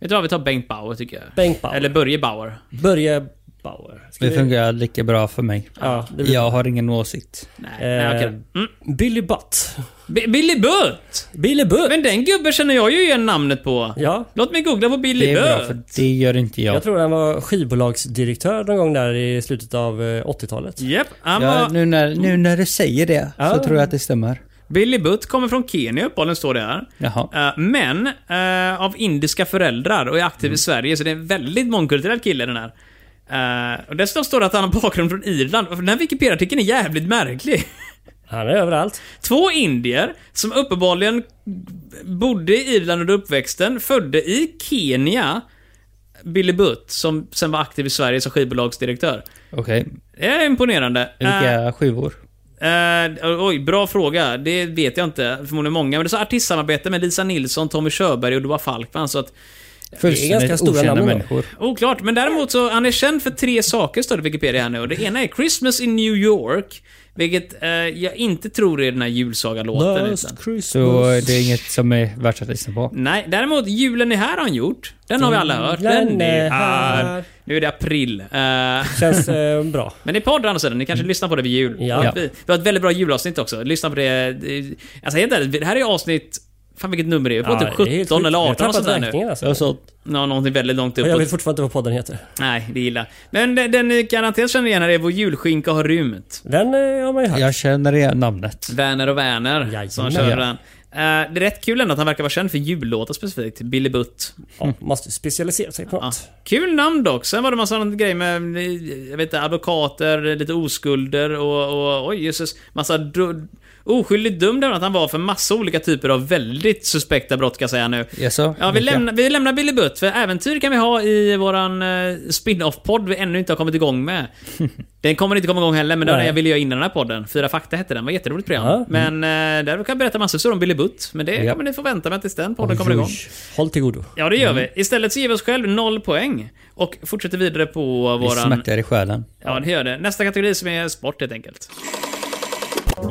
Speaker 1: Vet du vad, vi tar Bengt Bauer tycker jag.
Speaker 2: Bengt Bauer.
Speaker 1: Eller Börje Bauer.
Speaker 2: Börje Bauer. Ska
Speaker 4: Det
Speaker 2: vi-
Speaker 4: fungerar lika bra för mig.
Speaker 2: Ja, det blir...
Speaker 4: Jag har ingen åsikt.
Speaker 1: Nej,
Speaker 2: Eh,
Speaker 1: nej okej. Mm.
Speaker 2: Billy Butt.
Speaker 1: B- Billy Butt!
Speaker 2: Billy Butt!
Speaker 1: Men den gubben känner jag ju igen namnet på.
Speaker 2: Ja.
Speaker 1: Låt mig googla på Billy
Speaker 4: Det är bra
Speaker 1: Butt.
Speaker 4: för det gör inte jag.
Speaker 2: Jag tror han var skivbolagsdirektör någon gång där i slutet av eh, 80-talet.
Speaker 1: Japp, han
Speaker 4: Ja,
Speaker 1: var...
Speaker 4: nu, när, nu när du säger det så tror jag att det stämmer.
Speaker 1: Billy Butt kommer från Kenya uppehållen står det här.
Speaker 4: Jaha.
Speaker 1: Eh, men eh, av indiska föräldrar och är aktiv i Sverige, så det är en väldigt mångkulturell kille den här. Eh, och dessutom står det att han har bakgrund från Irland. Den här Wikipedia-artikeln är jävligt märklig.
Speaker 2: Han är överallt.
Speaker 1: Två indier som uppenbarligen bodde i Irland under uppväxten, födde i Kenya Billy Butt, som sen var aktiv i Sverige som skivbolagsdirektör.
Speaker 4: Okej.
Speaker 1: Det är imponerande.
Speaker 4: Vilka skivor?
Speaker 1: Eh, oj, bra fråga. Det vet jag inte. Förmodligen många. Men det är så artistsamarbete med Lisa Nilsson, Tommy Körberg och Dova Falkman. Så att,
Speaker 2: ganska
Speaker 4: Fullständigt
Speaker 2: stora
Speaker 4: okända
Speaker 2: namn då.
Speaker 4: människor.
Speaker 1: oklart. Men däremot så, han är känd för tre saker, står det i Wikipedia här nu. Och det ena är Christmas in New York. Vilket eh, jag inte tror är den här julsagalåten. utan-
Speaker 4: Så det är inget som är värt att lyssna på.
Speaker 1: Nej, däremot Julen är här har han gjort. Den har vi alla hört.
Speaker 2: Julen
Speaker 1: Den är
Speaker 2: är här.
Speaker 1: här. Nu är det april. Eh,
Speaker 2: Känns eh, bra.
Speaker 1: men det är podd å andra sidan. Ni kanske lyssnar på det vid jul.
Speaker 2: Mm. Ja.
Speaker 1: Vi, vi har ett väldigt bra julavsnitt också. Lyssna på det. det- Alltså helt ärligt, det här är avsnitt... Fan vilket nummer det är. Vi
Speaker 2: Ja,
Speaker 1: pratar
Speaker 2: det är helt
Speaker 1: 17
Speaker 2: sjukt.
Speaker 1: eller
Speaker 2: Jag har
Speaker 1: 18 och
Speaker 2: tappat
Speaker 1: sånt där nu.
Speaker 2: räkningen, Alltså.
Speaker 4: Jag sa
Speaker 1: Ja, någonting väldigt långt upp.
Speaker 2: Och jag vet fortfarande inte vad podden heter.
Speaker 1: Nej, det är illa. Men den, den ni garanterat känner igen här är Vår julskinka har rymt.
Speaker 2: Den eh, har man ju hört.
Speaker 4: Jag känner igen namnet.
Speaker 1: Werner och Werner
Speaker 2: Jajamän.
Speaker 1: som kör den. Eh, det är rätt kul ändå att han verkar vara känd för jullåtar specifikt. Billy Butt.
Speaker 2: Ja, måste specialisera sig på något.
Speaker 1: Kul namn dock. Sen var det massa annat grejer med eh, jag vet inte, advokater, lite oskulder och, och oj jösses. Massa du, oskyldigt dömd även att han var för massa olika typer av väldigt suspekta brott ska jag säga nu.
Speaker 4: Jaså?
Speaker 1: Ja, vi
Speaker 4: Vilka?
Speaker 1: lämnar, vi lämnar Billy Butt, för äventyr kan vi ha i våran eh, spin-off-podd vi ännu inte har kommit igång med. Den kommer inte komma igång heller, men den
Speaker 2: Nej.
Speaker 1: jag ville göra innan den här podden. Fyra fakta hette den, var ett jätteroligt program.
Speaker 2: Ja.
Speaker 1: Men eh, där kan jag berätta massor om Billy Butt, men det
Speaker 4: Ja.
Speaker 1: kommer ni få vänta med tills den podden kommer
Speaker 2: Oj, Mm.
Speaker 1: igång.
Speaker 2: Håll till godo.
Speaker 1: Ja, det gör vi. Istället så ger vi oss själv noll poäng. Och fortsätter vidare på
Speaker 4: Det
Speaker 1: våran...
Speaker 4: smärtar i själen.
Speaker 1: Ja, det gör det. Nästa kategori som är sport helt enkelt.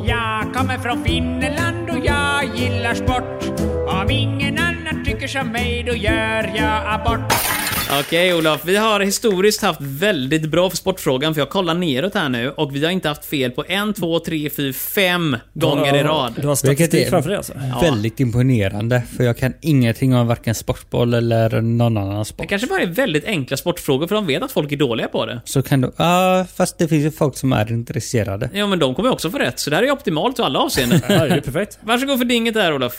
Speaker 5: Jag kommer från Finland och jag gillar sport. Om ingen annan tycker som mig då gör jag abort.
Speaker 1: Okej Olof, vi har historiskt haft väldigt bra för sportfrågan för jag kollar neråt här nu och vi har inte haft fel på en, två, tre, fyra, fem gånger i
Speaker 2: Du
Speaker 1: rad.
Speaker 2: har
Speaker 4: Vilket
Speaker 2: statistik
Speaker 4: är-
Speaker 2: framför dig alltså?
Speaker 4: Väldigt imponerande, för jag kan ingenting om varken sportboll eller någon annan
Speaker 1: Det
Speaker 4: sport.
Speaker 1: kanske bara är väldigt enkla sportfrågor för de vet att folk är dåliga på det.
Speaker 4: Så kan du... Ja, fast det finns ju folk som är intresserade.
Speaker 1: Ja men de kommer ju också få rätt så det här är optimalt i alla avseenden.
Speaker 2: Ja, det är perfekt.
Speaker 1: Varsågod för dinget där Olof.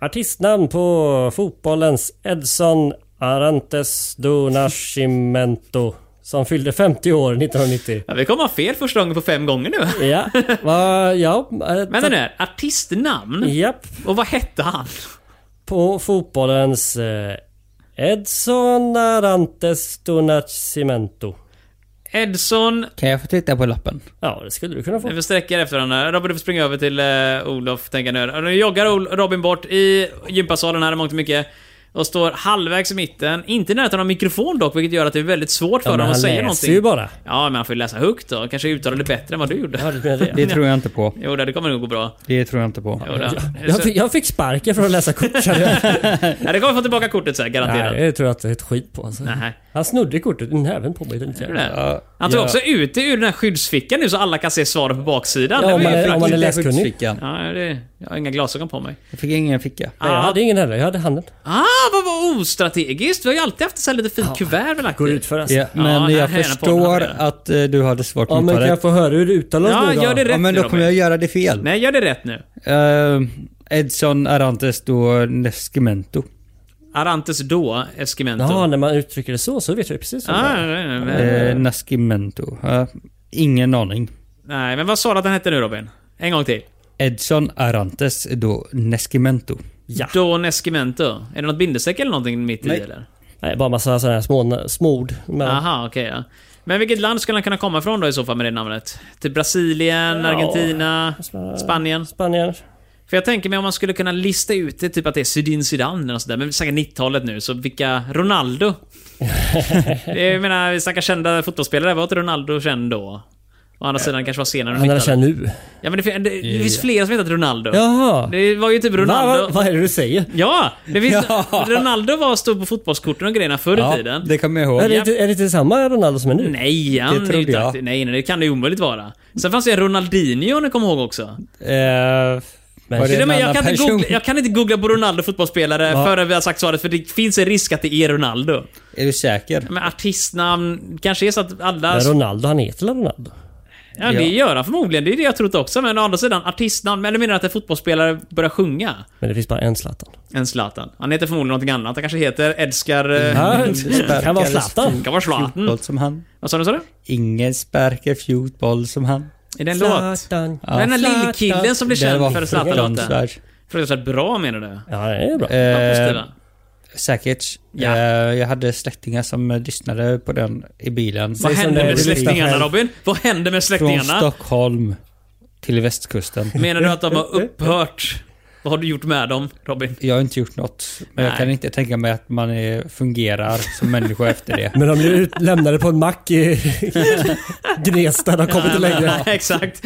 Speaker 2: Artistnamn på fotbollens Edson Arantes do Nascimento. Som fyllde 50 år 1990.
Speaker 1: Ja, vi kommer ha fel första gången på fem gånger nu.
Speaker 2: Ja, va, ja. eh,
Speaker 1: Vänta nu, här. artistnamn?
Speaker 2: Japp.
Speaker 1: Och vad hette han?
Speaker 2: På fotbollens eh, Edson Arantes do Nascimento.
Speaker 1: Edson...
Speaker 4: Kan jag få titta på lappen?
Speaker 2: Ja, det skulle du kunna få.
Speaker 1: Vi får sträcka er efter varandra. Robin, du får springa över eh, till uh, Olof, tänker jag nu. Och Nu joggar Ol- Robin bort i gympasalen här i mångt och mycket. Och står halvvägs i mitten, inte i närheten av mikrofon dock, vilket gör att det är väldigt svårt för
Speaker 2: men
Speaker 1: honom
Speaker 2: han
Speaker 1: att säga
Speaker 2: läser
Speaker 1: någonting.
Speaker 2: ju bara.
Speaker 1: Ja, men han får ju läsa högt då. Kanske uttala det bättre än vad du gjorde.
Speaker 2: Ja, du menar det?
Speaker 4: Det tror jag inte på.
Speaker 1: Jo, det kommer nog gå bra.
Speaker 4: Det tror jag inte på.
Speaker 1: Jo, det.
Speaker 2: Jag fick, jag fick sparken för att läsa kort. kände jag.
Speaker 1: Nej, det kommer få tillbaka kortet så här, garanterat.
Speaker 2: Nej, det tror jag inte ett skit på. Alltså.
Speaker 1: Nej.
Speaker 2: Han snodde kortet ur näven på mig. Den
Speaker 1: Är det
Speaker 2: jäveln.
Speaker 1: det?
Speaker 4: Ja,
Speaker 1: Han tog
Speaker 4: ja.
Speaker 1: också ut det ur den här skyddsfickan nu så alla kan se svaret på baksidan.
Speaker 2: Ja,
Speaker 1: det
Speaker 2: om
Speaker 1: var ju
Speaker 2: man är- om
Speaker 1: praktiskt.
Speaker 2: man är
Speaker 4: Inte
Speaker 2: läskunnig.
Speaker 4: skyddsfickan.
Speaker 1: Ja, det, jag har inga glasögon på mig.
Speaker 4: Jag fick ingen ficka.
Speaker 2: Nej, jag hade ingen heller. Jag hade handen.
Speaker 1: Ah, vad var ostrategiskt! Vi har ju alltid haft så här lite fint kuvert vi lagt
Speaker 2: Går
Speaker 1: i.
Speaker 2: ut för alltså.
Speaker 4: Ja, men
Speaker 1: Ja,
Speaker 4: jag
Speaker 1: här är
Speaker 4: förstår
Speaker 1: podden.
Speaker 4: att eh, du hade svårt att
Speaker 2: Ja, men
Speaker 4: uttala
Speaker 2: kan jag få höra hur det uttalas
Speaker 1: Ja,
Speaker 2: nu då?
Speaker 1: gör det rätt
Speaker 4: Ja, men
Speaker 1: nu,
Speaker 4: då kommer jag
Speaker 1: Robin.
Speaker 4: göra det fel.
Speaker 1: Nej, gör det rätt nu.
Speaker 4: Eh, Edson Arantes do Nescimento.
Speaker 1: Arantes då, Eskimento.
Speaker 2: Ja, när man uttrycker det så så vet jag precis vad
Speaker 1: ah,
Speaker 2: det är.
Speaker 1: nej, nej,
Speaker 4: Eh,
Speaker 1: men,
Speaker 4: Nascimento. Ja, ingen aning.
Speaker 1: nej, men vad sa du att den hette nu Robin? En gång till.
Speaker 4: Edson Arantes do Nescimento.
Speaker 2: Ja.
Speaker 1: Don Eskimento. Är det något bindestreck eller någonting mitt
Speaker 4: Nej.
Speaker 1: i eller?
Speaker 2: Nej, bara massa sådana här små, småord. Men,
Speaker 1: Aha, okej ja. Men vilket land skulle han kunna komma ifrån då i så fall med det namnet? Till Brasilien,
Speaker 2: Ja.
Speaker 1: Argentina, Spanien?
Speaker 2: Spanien.
Speaker 1: För jag tänker mig om man skulle kunna lista ut det, typ att det är Sydin Zidane eller något sådär. Men vi snackar 90-talet nu, så vilka... Ronaldo? Det är- jag menar, vi snackar kända fotbollsspelare. Var inte Ronaldo känd då? Å andra sidan kanske var senare
Speaker 2: Han
Speaker 1: under
Speaker 2: hade
Speaker 1: 90-talet.
Speaker 2: känt nu.
Speaker 1: Ja men det, fin- det, det finns flera som heter Ronaldo.
Speaker 2: Jaha.
Speaker 1: Det var ju typ Ronaldo.
Speaker 2: Va, va, vad är det du säger?
Speaker 1: Ja! Det finns,
Speaker 4: Ja. Ronaldo
Speaker 1: Ronaldo var stod på fotbollskorten och grejerna förr i
Speaker 4: Ja,
Speaker 1: tiden.
Speaker 4: det kommer jag
Speaker 2: Är
Speaker 4: ihåg.
Speaker 2: det, inte- är det inte samma Ronaldo som är nu?
Speaker 1: Nej, han är
Speaker 4: Det trodde
Speaker 1: ju inte
Speaker 4: jag.
Speaker 1: aktiv. Nej, nej, det kan det ju omöjligt vara. Sen fanns det en Ronaldinho om ni kommer ihåg också.
Speaker 4: Eh,
Speaker 2: Men-
Speaker 4: var det
Speaker 1: Nej,
Speaker 4: en
Speaker 1: men jag,
Speaker 4: annan
Speaker 1: kan inte
Speaker 4: person?
Speaker 1: googla, jag kan inte googla på Ronaldo fotbollsspelare
Speaker 4: Ja.
Speaker 1: förrän vi har sagt svaret, för det finns en risk att det är Ronaldo.
Speaker 4: Är du säker?
Speaker 1: Men artistnamn, kanske är så att alla...
Speaker 2: Men Ronaldo, han heter väl Ronaldo?
Speaker 1: ja, det gör han förmodligen. Det är det jag trott också. Men å andra sidan, artistnamn, men du menar att en fotbollsspelare börjar sjunga?
Speaker 2: Men det finns bara en Zlatan.
Speaker 1: En Zlatan. Han heter förmodligen någonting annat. Han kanske heter Edskar... Ja.
Speaker 2: Ja, det kan vara Zlatan.
Speaker 1: Kan vara Zlatan.
Speaker 4: Fotboll som han.
Speaker 1: Vad sa du? Sa du?
Speaker 4: Ingen sparkar fotboll som han.
Speaker 1: Är det en låt?
Speaker 2: Zlatan.
Speaker 1: Den här lillkillen som blev
Speaker 4: Det var
Speaker 1: känd för Zlatan-låten.
Speaker 4: fruktansvärt.
Speaker 1: Fruktansvärt bra menar du?
Speaker 2: Ja, det är bra.
Speaker 4: Eh,
Speaker 1: Positiva.
Speaker 4: säkert.
Speaker 1: Ja.
Speaker 4: Eh, jag hade släktingar som eh, lyssnade på den i bilen.
Speaker 1: Vad
Speaker 2: som
Speaker 1: hände
Speaker 2: det är
Speaker 1: med
Speaker 2: i
Speaker 1: släktingarna
Speaker 2: Lichtenfeld.
Speaker 1: Robin? Vad hände med
Speaker 4: Från
Speaker 1: släktingarna?
Speaker 4: Stockholm till västkusten.
Speaker 1: Menar du att de har upphört? Vad har du gjort med dem Robin?
Speaker 4: Jag har inte gjort något. Men jag
Speaker 1: Nej.
Speaker 4: kan inte tänka mig att man är, fungerar som människa efter det.
Speaker 2: Men de blev utlämnade på en mack i Gnesta. De kom inte längre.
Speaker 1: Exakt.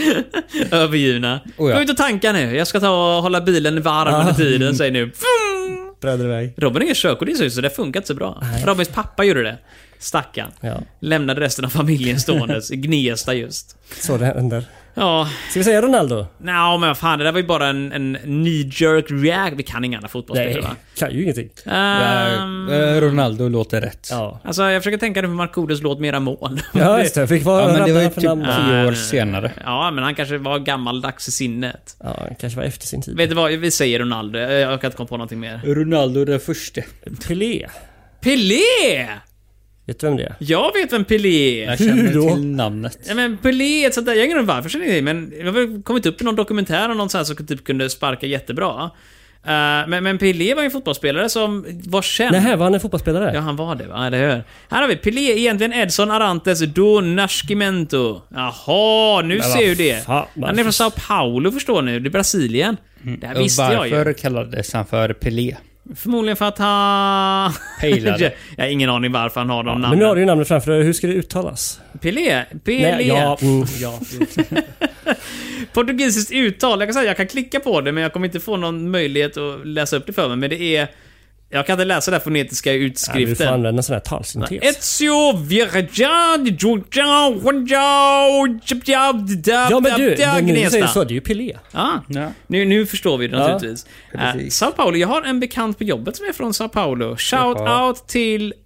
Speaker 1: Övergivna.
Speaker 4: Oh ja.
Speaker 1: Gå ut och tanka nu. Jag ska ta och hålla bilen varm
Speaker 2: Ah.
Speaker 1: under tiden, säg nu. Fum!
Speaker 2: Bräder iväg.
Speaker 1: Robin har inget körkort i sig, så det funkar inte så bra. Robins pappa gjorde det. Stackarn.
Speaker 2: Ja,
Speaker 1: Lämnade resten av familjen ståendes i Gnesta just.
Speaker 2: så det händer.
Speaker 1: Ja,
Speaker 2: Ska vi säga Ronaldo?
Speaker 1: Nej, men vad fan, det där var ju bara en, en knee jerk react. Vi kan inga andra fotbollsspelare va?
Speaker 2: kan ju ingenting.
Speaker 1: Ehm,
Speaker 4: Eh, Ronaldo låter rätt. Ja,
Speaker 2: Ja.
Speaker 1: Alltså jag försöker tänka nu på Markoolios låt Mera mål.
Speaker 2: Ja, just det. Jag Fick vara
Speaker 4: men det var
Speaker 2: rabbla
Speaker 4: ju typ
Speaker 2: för
Speaker 4: tio
Speaker 2: namn.
Speaker 4: år senare.
Speaker 1: ja, men han kanske var gammaldags i sinnet.
Speaker 2: Ja, det kanske var efter sin tid.
Speaker 1: Vet du vad, vi säger Ronaldo. Jag jag kan inte komma på någonting mer.
Speaker 4: Ronaldo den första.
Speaker 2: Pelé.
Speaker 1: Pelé!
Speaker 2: Vet du vem det är?
Speaker 1: Jag vet vem Pelé är.
Speaker 4: Jag känner
Speaker 2: Hur då?
Speaker 4: till namnet.
Speaker 1: Ja, men Pelé är ett sånt där, jag vet inte varför känner jag det, men jag har väl kommit upp i någon dokumentär om någon sån här som typ kunde sparka jättebra. Eh, men, men Pelé var ju en fotbollsspelare som var känd.
Speaker 2: Nähä, var han en fotbollsspelare?
Speaker 1: Ja, han var det va? Eller hur? Här har vi Pelé, egentligen Edson Arantes do Nascimento. Jaha, nu
Speaker 2: Men
Speaker 1: ser
Speaker 2: vad
Speaker 1: du det.
Speaker 2: fan, Mm.
Speaker 1: han är från Sao Paulo förstår ni, det är Brasilien. Det här
Speaker 4: Och
Speaker 1: visste jag
Speaker 4: varför
Speaker 1: ju.
Speaker 4: kallades han för Pelé?
Speaker 1: Förmodligen för att han...
Speaker 4: Pejlade.
Speaker 1: jag har ingen aning varför han har de
Speaker 2: Men
Speaker 1: namnen.
Speaker 2: nu har du ju namnet framför dig. Hur ska det uttalas?
Speaker 1: Pelé? Pelé?
Speaker 2: Nej, ja, mm, ja.
Speaker 1: Portugisiskt uttal. Jag kan säga jag kan klicka på det, men jag kommer inte få någon möjlighet att läsa upp det för mig. Men det är... Jag kan inte läsa den här fonetiska
Speaker 2: Nej, Du får
Speaker 1: utskriften.
Speaker 2: använda en sån här talsyntes.
Speaker 1: Ezio Virgin Giorgio Giorgio
Speaker 2: ja, men du. Men nu säger du så.
Speaker 1: Gnesta.
Speaker 2: Det är ju Pelé.
Speaker 1: Ah,
Speaker 4: Ja.
Speaker 1: nu, nu förstår vi det
Speaker 2: Ja,
Speaker 1: naturligtvis. Eh,
Speaker 4: precis.
Speaker 1: Sao Paulo. Jag har en bekant på jobbet som är från Sao Paulo. Shout
Speaker 4: Jaha.
Speaker 1: out till...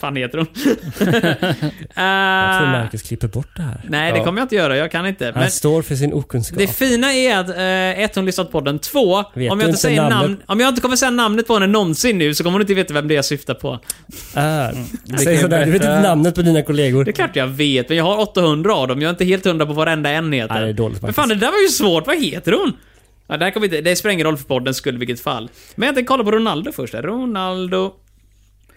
Speaker 1: fan heter hon?
Speaker 2: Jag tror
Speaker 1: Eh,
Speaker 2: Marcus klipper bort det här.
Speaker 1: nej, det
Speaker 4: Ja.
Speaker 1: kommer jag inte göra. Jag kan inte.
Speaker 2: Han
Speaker 1: Men-
Speaker 2: står för sin okunskap.
Speaker 1: Det fina är att, eh, ett, hon lyssnat på den. Två, om
Speaker 2: Vet
Speaker 1: jag,
Speaker 2: du
Speaker 1: inte
Speaker 2: inte
Speaker 1: säger
Speaker 2: namnet?
Speaker 1: namn, om jag inte kommer säga namnet på henne någonsin nu så kommer hon inte veta vem det är jag syftar på.
Speaker 2: är.
Speaker 4: Mm. kan
Speaker 2: Säg
Speaker 4: ju
Speaker 2: sådär. Du vet
Speaker 4: berätta-
Speaker 2: inte namnet på dina kollegor.
Speaker 1: Det är klart jag vet, men jag har 800 av dem. Jag är inte helt hundra på vad varenda en heter.
Speaker 2: Nej, det är dåligt,
Speaker 1: men fan, det där var ju svårt. Vad heter hon? Ja, det, här kommer inte, det spelar ingen roll för podden skull i vilket fall. Men jag tänkte kolla på Ronaldo först. här. Ronaldo...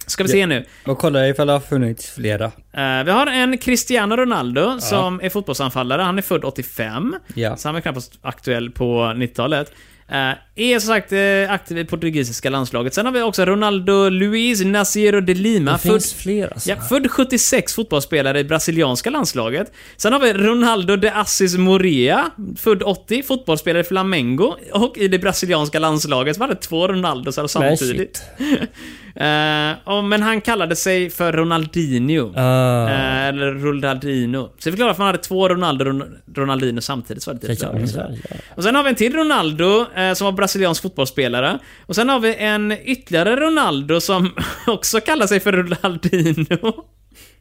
Speaker 1: Ska vi se nu.
Speaker 4: Och kolla ifall det har funnits flera.
Speaker 1: Eh, vi har en Cristiano Ronaldo som är fotbollsanfallare. Han är född 85.
Speaker 4: Ja.
Speaker 1: Så han var knappast aktuell på 90-talet. Eh, är som sagt eh, aktiv i portugisiska landslaget. Sen har vi också Ronaldo Luiz Naceiro de Lima.
Speaker 2: Det
Speaker 1: född-
Speaker 2: finns fler alltså.
Speaker 1: Ja, född 76 fotbollsspelare i brasilianska landslaget. Sen har vi Ronaldo de Assis Morea, född 80, fotbollsspelare i Flamengo och i det brasilianska landslaget. Så var det två Ronaldos här
Speaker 2: Men
Speaker 1: samtidigt. Men, men han kallade sig för Ronaldinho.
Speaker 2: Ah.
Speaker 1: Eh, eller Ronaldinho. Så det förklarar varför man hade två Ronaldo och Ron- Ronaldinho samtidigt. Så var det
Speaker 2: Ja,
Speaker 1: lite
Speaker 2: ja,
Speaker 1: rörigt.
Speaker 2: ja, ja.
Speaker 1: Och sen har vi en till Ronaldo eh, som var brasiliansk fotbollsspelare. Och sen har vi en ytterligare Ronaldo som också kallar sig för Ronaldinho.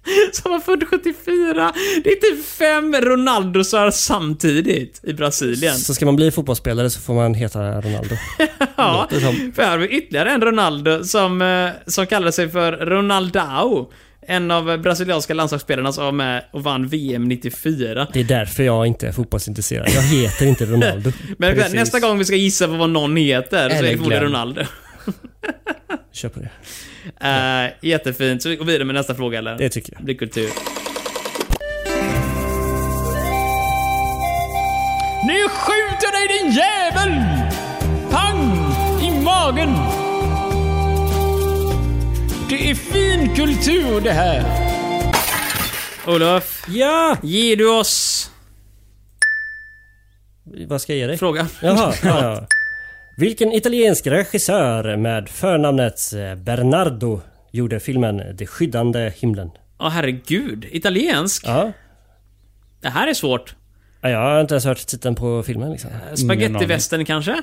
Speaker 1: Som var född 74. Det är typ fem Ronaldosar samtidigt i Brasilien.
Speaker 2: Så ska man bli fotbollsspelare så får man heta Ronaldo.
Speaker 1: Ja,
Speaker 4: låter som.
Speaker 1: för här har vi ytterligare en Ronaldo som, eh, som kallar sig för Ronaldao. En av eh, brasilianska landslagsspelarna som var med och vann VM 94.
Speaker 2: Det är därför jag inte är fotbollsintresserad. Jag heter inte Ronaldo.
Speaker 1: Men
Speaker 4: Precis.
Speaker 1: nästa gång vi ska gissa på vad någon heter så är det
Speaker 4: Eller
Speaker 1: förmodligen
Speaker 4: Glenn.
Speaker 1: Ronaldo.
Speaker 2: Kör på det.
Speaker 1: Uh, jättefint. Så vi går vidare med nästa fråga eller?
Speaker 2: Det tycker jag.
Speaker 1: blir kultur.
Speaker 5: Nu skjuter dig din jävel! Pang! I magen! Det är fin kultur det här.
Speaker 1: Olof,
Speaker 2: Ja!
Speaker 1: ger du oss
Speaker 2: Vad ska jag ge dig?
Speaker 1: frågan?
Speaker 2: Jaha, ja, ja. Vilken italiensk regissör med förnamnet eh, Bernardo gjorde filmen Det skyddande himlen?
Speaker 1: Ja, herregud. Italiensk?
Speaker 2: Ja.
Speaker 1: Det här är svårt.
Speaker 2: Ja, Jag har inte ens hört titeln på filmen liksom.
Speaker 1: Spagettivästern kanske?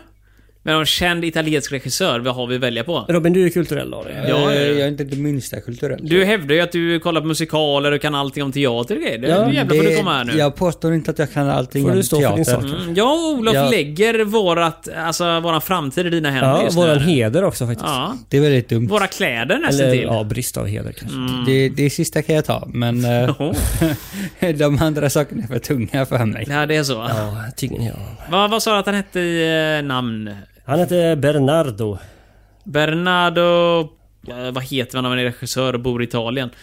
Speaker 1: Men en känd italiensk regissör, vad har vi att välja på?
Speaker 2: Robin, du är kulturell av dig.
Speaker 1: Ja,
Speaker 4: Ja,
Speaker 1: ja, ja.
Speaker 4: Eh, jag är inte det minsta kulturell.
Speaker 1: Du hävdar ju att du kollar på musikaler och kan allting om teater och grejer. Det ja, jävlar får
Speaker 4: det-
Speaker 1: du komma här nu. Ja.
Speaker 4: Jag påstår inte att jag kan allting
Speaker 2: Får
Speaker 4: om
Speaker 2: du stå för din
Speaker 4: teater.
Speaker 2: sak?
Speaker 1: Mm, jag och Olof
Speaker 4: Ja.
Speaker 1: lägger vårat, alltså, våran framtid i dina händer
Speaker 2: Ja,
Speaker 1: just nu.
Speaker 2: våran
Speaker 1: här.
Speaker 2: heder också faktiskt.
Speaker 1: Ja,
Speaker 4: Det är väldigt dumt.
Speaker 1: våra kläder nästan
Speaker 2: Eller
Speaker 1: till.
Speaker 2: ja, brist av heder kanske.
Speaker 4: Det, det sista kan jag ta, men eh,
Speaker 1: Åh,
Speaker 4: de andra sakerna är för tunga för mig.
Speaker 1: ja, det är så.
Speaker 2: Ja, tydligen ja.
Speaker 1: Vad, vad sa du att han hette i eh, namn?
Speaker 2: Han heter Bernardo.
Speaker 1: Bernardo... eh, Vad heter man när man är regissör och bor i Italien?
Speaker 2: Där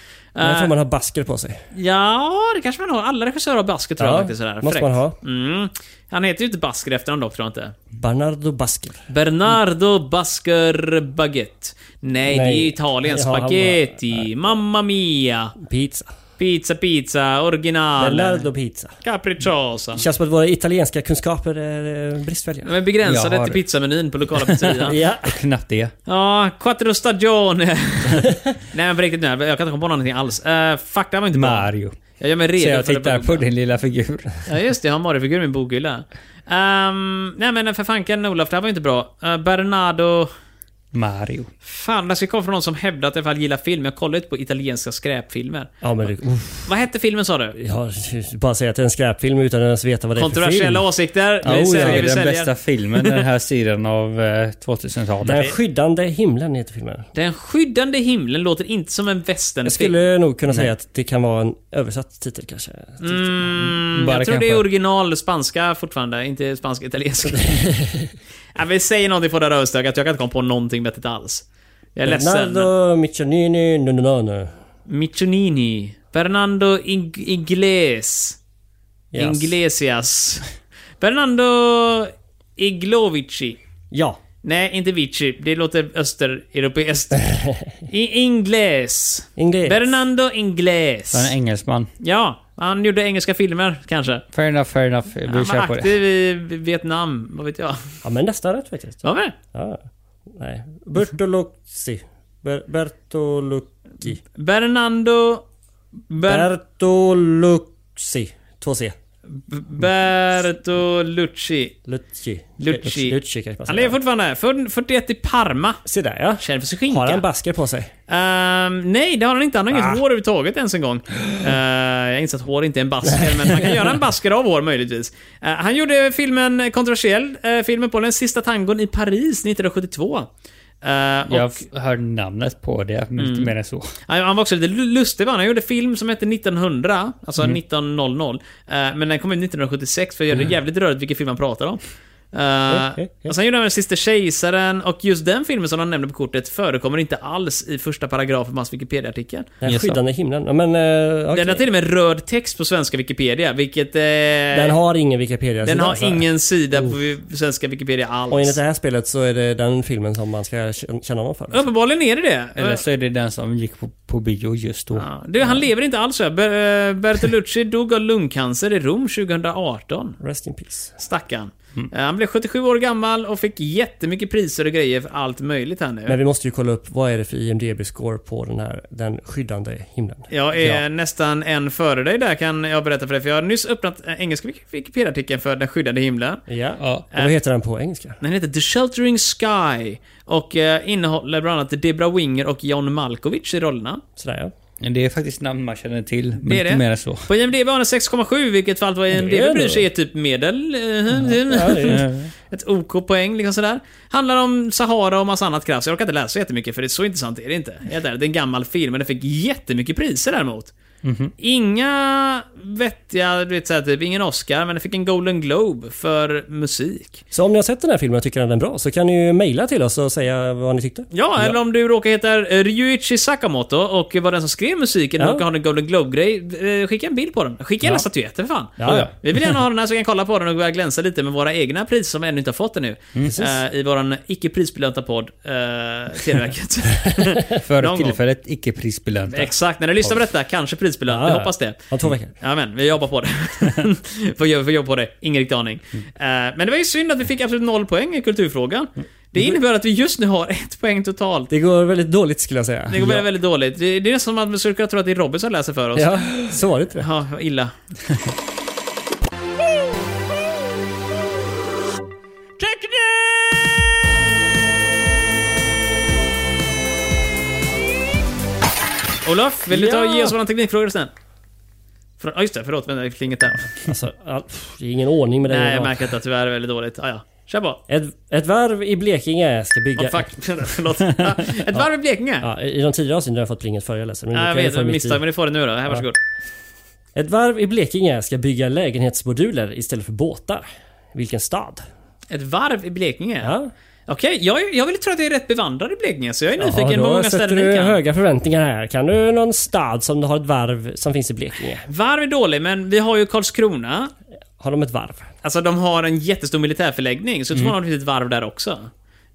Speaker 1: Eh,
Speaker 2: får man ha basker på sig.
Speaker 1: Ja, det kanske man har. Alla regissörer har basker tror jag
Speaker 2: Ja,
Speaker 1: faktiskt. Sådär.
Speaker 2: måste man ha.
Speaker 1: Mm. Han heter ju inte Basker efter honom dock, tror jag inte.
Speaker 2: Bernardo Basker.
Speaker 1: Bernardo Basker Baguette. Nej, det är
Speaker 2: Nej.
Speaker 1: Italien.
Speaker 2: Ja, han var-
Speaker 1: Spaghetti, Mamma Mia,
Speaker 2: Pizza.
Speaker 1: Pizza Pizza, original,
Speaker 2: Bernardo Pizza.
Speaker 1: Capricciosa.
Speaker 2: Det känns som att våra italienska kunskaper är eh, bristfälliga.
Speaker 1: De är begränsade
Speaker 4: Jag har-
Speaker 1: till pizzamenyn på lokala pizzerian.
Speaker 2: Ja.
Speaker 4: Och knappt det.
Speaker 1: Ja, Quattro Stagione. Nej men på riktigt nu, jag kan inte komma på någonting alls. Uh, fuck, det här var inte bra.
Speaker 4: Mario.
Speaker 1: Jag gör mig
Speaker 4: Så
Speaker 1: redo
Speaker 4: jag
Speaker 1: för det
Speaker 4: tittar på din lilla figur.
Speaker 1: Ja just det, jag har en Mario-figur i min bokhylla. Ehm, nej men för fanken Olof, det här var ju inte bra. Eh, Bernardo...
Speaker 4: Mario.
Speaker 1: Fan, det ska komma från någon som hävdar att jag i alla fall gillar film. Jag kollar inte på italienska skräpfilmer.
Speaker 2: Ja men du, uff,
Speaker 1: Vad hette filmen sa du?
Speaker 2: jag har- bara säga att det är en skräpfilm utan att ens veta vad det är för film.
Speaker 1: Kontroversiella åsikter.
Speaker 4: Oh,
Speaker 1: vi
Speaker 4: det
Speaker 1: säljer,
Speaker 4: är
Speaker 1: vi
Speaker 4: den
Speaker 1: säljer.
Speaker 4: bästa filmen den här sidan av eh, 2000-talet.
Speaker 2: Den skyddande himlen heter filmen.
Speaker 1: Den skyddande himlen låter inte som en
Speaker 2: Jag
Speaker 1: westernfilm.
Speaker 2: skulle nog kunna säga att det kan vara en översatt titel kanske. Typ
Speaker 1: Mm,
Speaker 4: Bara
Speaker 1: jag tror det är
Speaker 4: kanske.
Speaker 1: original spanska fortfarande, inte spanska-italienska. ja, vi säger någonting på det här rövstökat, jag kan inte komma på någonting vettigt alls. Jag är ledsen.
Speaker 2: Bernardo Miccionini Nununano.
Speaker 1: Miccionini. Fernando Ing- Igles.
Speaker 2: Yes.
Speaker 1: Inglesias. Fernando Iglovici.
Speaker 2: Ja.
Speaker 1: Nej, inte Vici. Det låter östereuropeiskt. I- Ingles.
Speaker 2: Ingles.
Speaker 1: Bernardo Ingles.
Speaker 4: Han är en engelsman.
Speaker 1: Ja, han gjorde engelska filmer kanske.
Speaker 4: Fair enough, fair enough. Vi
Speaker 1: Han var
Speaker 4: kör på det.
Speaker 1: aktiv i Vietnam, vad vet jag.
Speaker 2: Ja men nästan rätt faktiskt.
Speaker 1: Var det?
Speaker 2: Ja. Nej. Bertoluzzi. Ber- Bertolucci.
Speaker 1: Bernardo... Ber-
Speaker 2: Bertolucci. Två C.
Speaker 1: Bertolucci.
Speaker 2: Lucci.
Speaker 1: Lucci.
Speaker 2: Lucci kanske man
Speaker 1: Han lever
Speaker 2: säger.
Speaker 1: fortfarande. Född 41 i Parma.
Speaker 2: Se där ja.
Speaker 1: Känner för sig skinka.
Speaker 2: Har han basker på sig?
Speaker 1: Ehm, nej, det har han inte. Han har
Speaker 4: Ah.
Speaker 1: inget hår överhuvudtaget ens en gång. Eh, jag inser att hår inte är en basker, men man kan göra en basker av hår möjligtvis. Eh, han gjorde filmen kontroversiell, eh, filmen på den sista tangon i Paris 1972. Eh, och Mm.
Speaker 4: Jag f- hör namnet på det, men inte mer än så.
Speaker 1: han, han var också lite lu- lustig va? Han gjorde film som hette 1900,
Speaker 2: Mm.
Speaker 1: alltså 1900. eh, men den kom ut 1976 för jag är jävligt rörigt vilken film han pratar om. Eh,
Speaker 2: okej, okej.
Speaker 1: och sen gjorde han Sista Kejsaren och just den filmen som han nämnde på kortet förekommer inte alls i första paragrafen på hans Wikipedia-artikel.
Speaker 2: Den
Speaker 4: Yes,
Speaker 2: skyddande himlen. Ja, Men, eh, okej.
Speaker 1: Den har till och med röd text på svenska Wikipedia, vilket... Eh,
Speaker 2: den har ingen Wikipedia.
Speaker 1: den har ingen sida på
Speaker 2: Oh.
Speaker 1: vi- svenska Wikipedia
Speaker 2: Och enligt
Speaker 1: alls.
Speaker 2: det här spelet så är det den filmen som man ska k- känna någon för.
Speaker 1: Uppenbarligen är det det.
Speaker 4: Eller så är det den som gick på, på bio just då.
Speaker 1: Ja, du, han lever inte alls. så här. Ber- eh, Bertolucci dog av lungcancer i Rom 2018.
Speaker 2: Rest in peace.
Speaker 1: Stackarn.
Speaker 2: Mm.
Speaker 1: Eh, Han blev 77 år gammal och fick jättemycket priser och grejer för allt möjligt här nu.
Speaker 2: Men vi måste ju kolla upp vad är det för IMDB-score på den här, den skyddande himlen.
Speaker 1: Jag är nästan en före dig där kan jag berätta för dig, för jag har nyss öppnat eh, engelska Wik- Wikipedia-artikeln för Den skyddade himlen.
Speaker 2: Ja.
Speaker 4: Ja.
Speaker 2: Och vad heter den på engelska?
Speaker 1: Den heter The Sheltering Sky och eh, innehåller bland annat Debra Winger och John Malkovich i rollerna.
Speaker 2: Sådär ja.
Speaker 4: Det är faktiskt namn man känner till, men
Speaker 1: Det är
Speaker 4: inte
Speaker 1: det.
Speaker 4: mer än så.
Speaker 1: På IMDB har den 6,7 vilket för allt vad
Speaker 2: Det är
Speaker 1: IMDB bryr sig
Speaker 2: det.
Speaker 1: är typ medel. Eh,
Speaker 2: Ja, det är-
Speaker 1: Ett OK-poäng liksom sådär. Handlar om Sahara och massa annat krafs. Jag orkar inte läsa så jättemycket för det är så intressant är det inte. Helt ärligt, Det är en gammal film men den fick jättemycket priser däremot. Inga vettiga, du vet såhär typ, ingen Oscar men den fick en Golden Globe för musik.
Speaker 2: Så om ni har sett den här filmen och tycker att den är bra så kan ni ju mejla till oss och säga vad ni tyckte.
Speaker 1: Ja, eller om du råkar heta eh, Ryuichi Sakamoto och var den som skrev musiken och
Speaker 2: Ja.
Speaker 1: råkar ha en Golden Globe-grej. eh, Skicka en bild på den. Skicka gärna statyetter för fan.
Speaker 2: Ja, ja.
Speaker 1: Vi vill gärna ha den här så vi kan kolla på den och börja glänsa lite med våra egna priser som vi ännu inte har fått ännu.
Speaker 2: Mm.
Speaker 1: Eh, I våran icke prisbelönta podd, uh, Televerket. Någon
Speaker 4: För
Speaker 1: gång.
Speaker 4: tillfället icke prisbelönta.
Speaker 1: Exakt, när ni lyssnar på detta, kanske prisbelönt.
Speaker 2: Ja,
Speaker 1: Vi
Speaker 2: ja.
Speaker 1: hoppas det.
Speaker 2: Om två veckor.
Speaker 1: Ja, men vi jobbar på det. får, jobb, får jobba på det. Ingen riktig aning.
Speaker 2: Mm.
Speaker 1: Eh, men det var ju synd att vi fick absolut noll poäng i kulturfrågan.
Speaker 2: Mm.
Speaker 1: Det innebär att vi just nu har ett poäng totalt.
Speaker 2: Det går väldigt dåligt skulle jag säga.
Speaker 1: Det går väldigt, väldigt dåligt. Det, det är som att vi skulle kunna tro att det är Robin som läser för oss.
Speaker 2: Ja, så var det inte det.
Speaker 1: Ja, vad illa. Olof, vill du ta och ge oss våran teknikfråga sen? För, ja, just det. Förlåt. Vänta, det klinget där.
Speaker 2: Alltså, all, pff, det är ingen ordning med det.
Speaker 1: Nej, jag märker att det tyvärr är väldigt dåligt. Ah, ja. Kör på.
Speaker 2: ett, ett varv i Blekinge ska bygga...
Speaker 1: Oh, fuck. Förlåt. Ah, Ett varv i Blekinge.
Speaker 2: Ja, I de tidigare avsnitten har jag fått plinget för, jag läser. Men
Speaker 1: Nej, jag
Speaker 2: kan ju
Speaker 1: vet,
Speaker 2: få
Speaker 1: det var
Speaker 2: mitt i.
Speaker 1: misstag, men du får det nu då. Här, varsågod.
Speaker 2: Ett varv i Blekinge ska bygga lägenhetsmoduler istället för båtar. Vilken stad?
Speaker 1: Ett varv i Blekinge?
Speaker 2: Ja.
Speaker 1: Okej, jag, jag vill tro att jag är rätt bevandrad i Blekinge, så jag är nyfiken
Speaker 2: Jaha,
Speaker 1: på
Speaker 2: då
Speaker 1: hur många
Speaker 2: sätter
Speaker 1: ställen
Speaker 2: du
Speaker 1: ni kan.
Speaker 2: höga förväntningar här. Kan du någon stad som har ett varv som finns i Blekinge?
Speaker 1: Varv är dålig, men vi har ju Karlskrona.
Speaker 2: Har de ett varv?
Speaker 1: Alltså, de har en jättestor militärförläggning, så jag tror mm. det finns ett varv där också.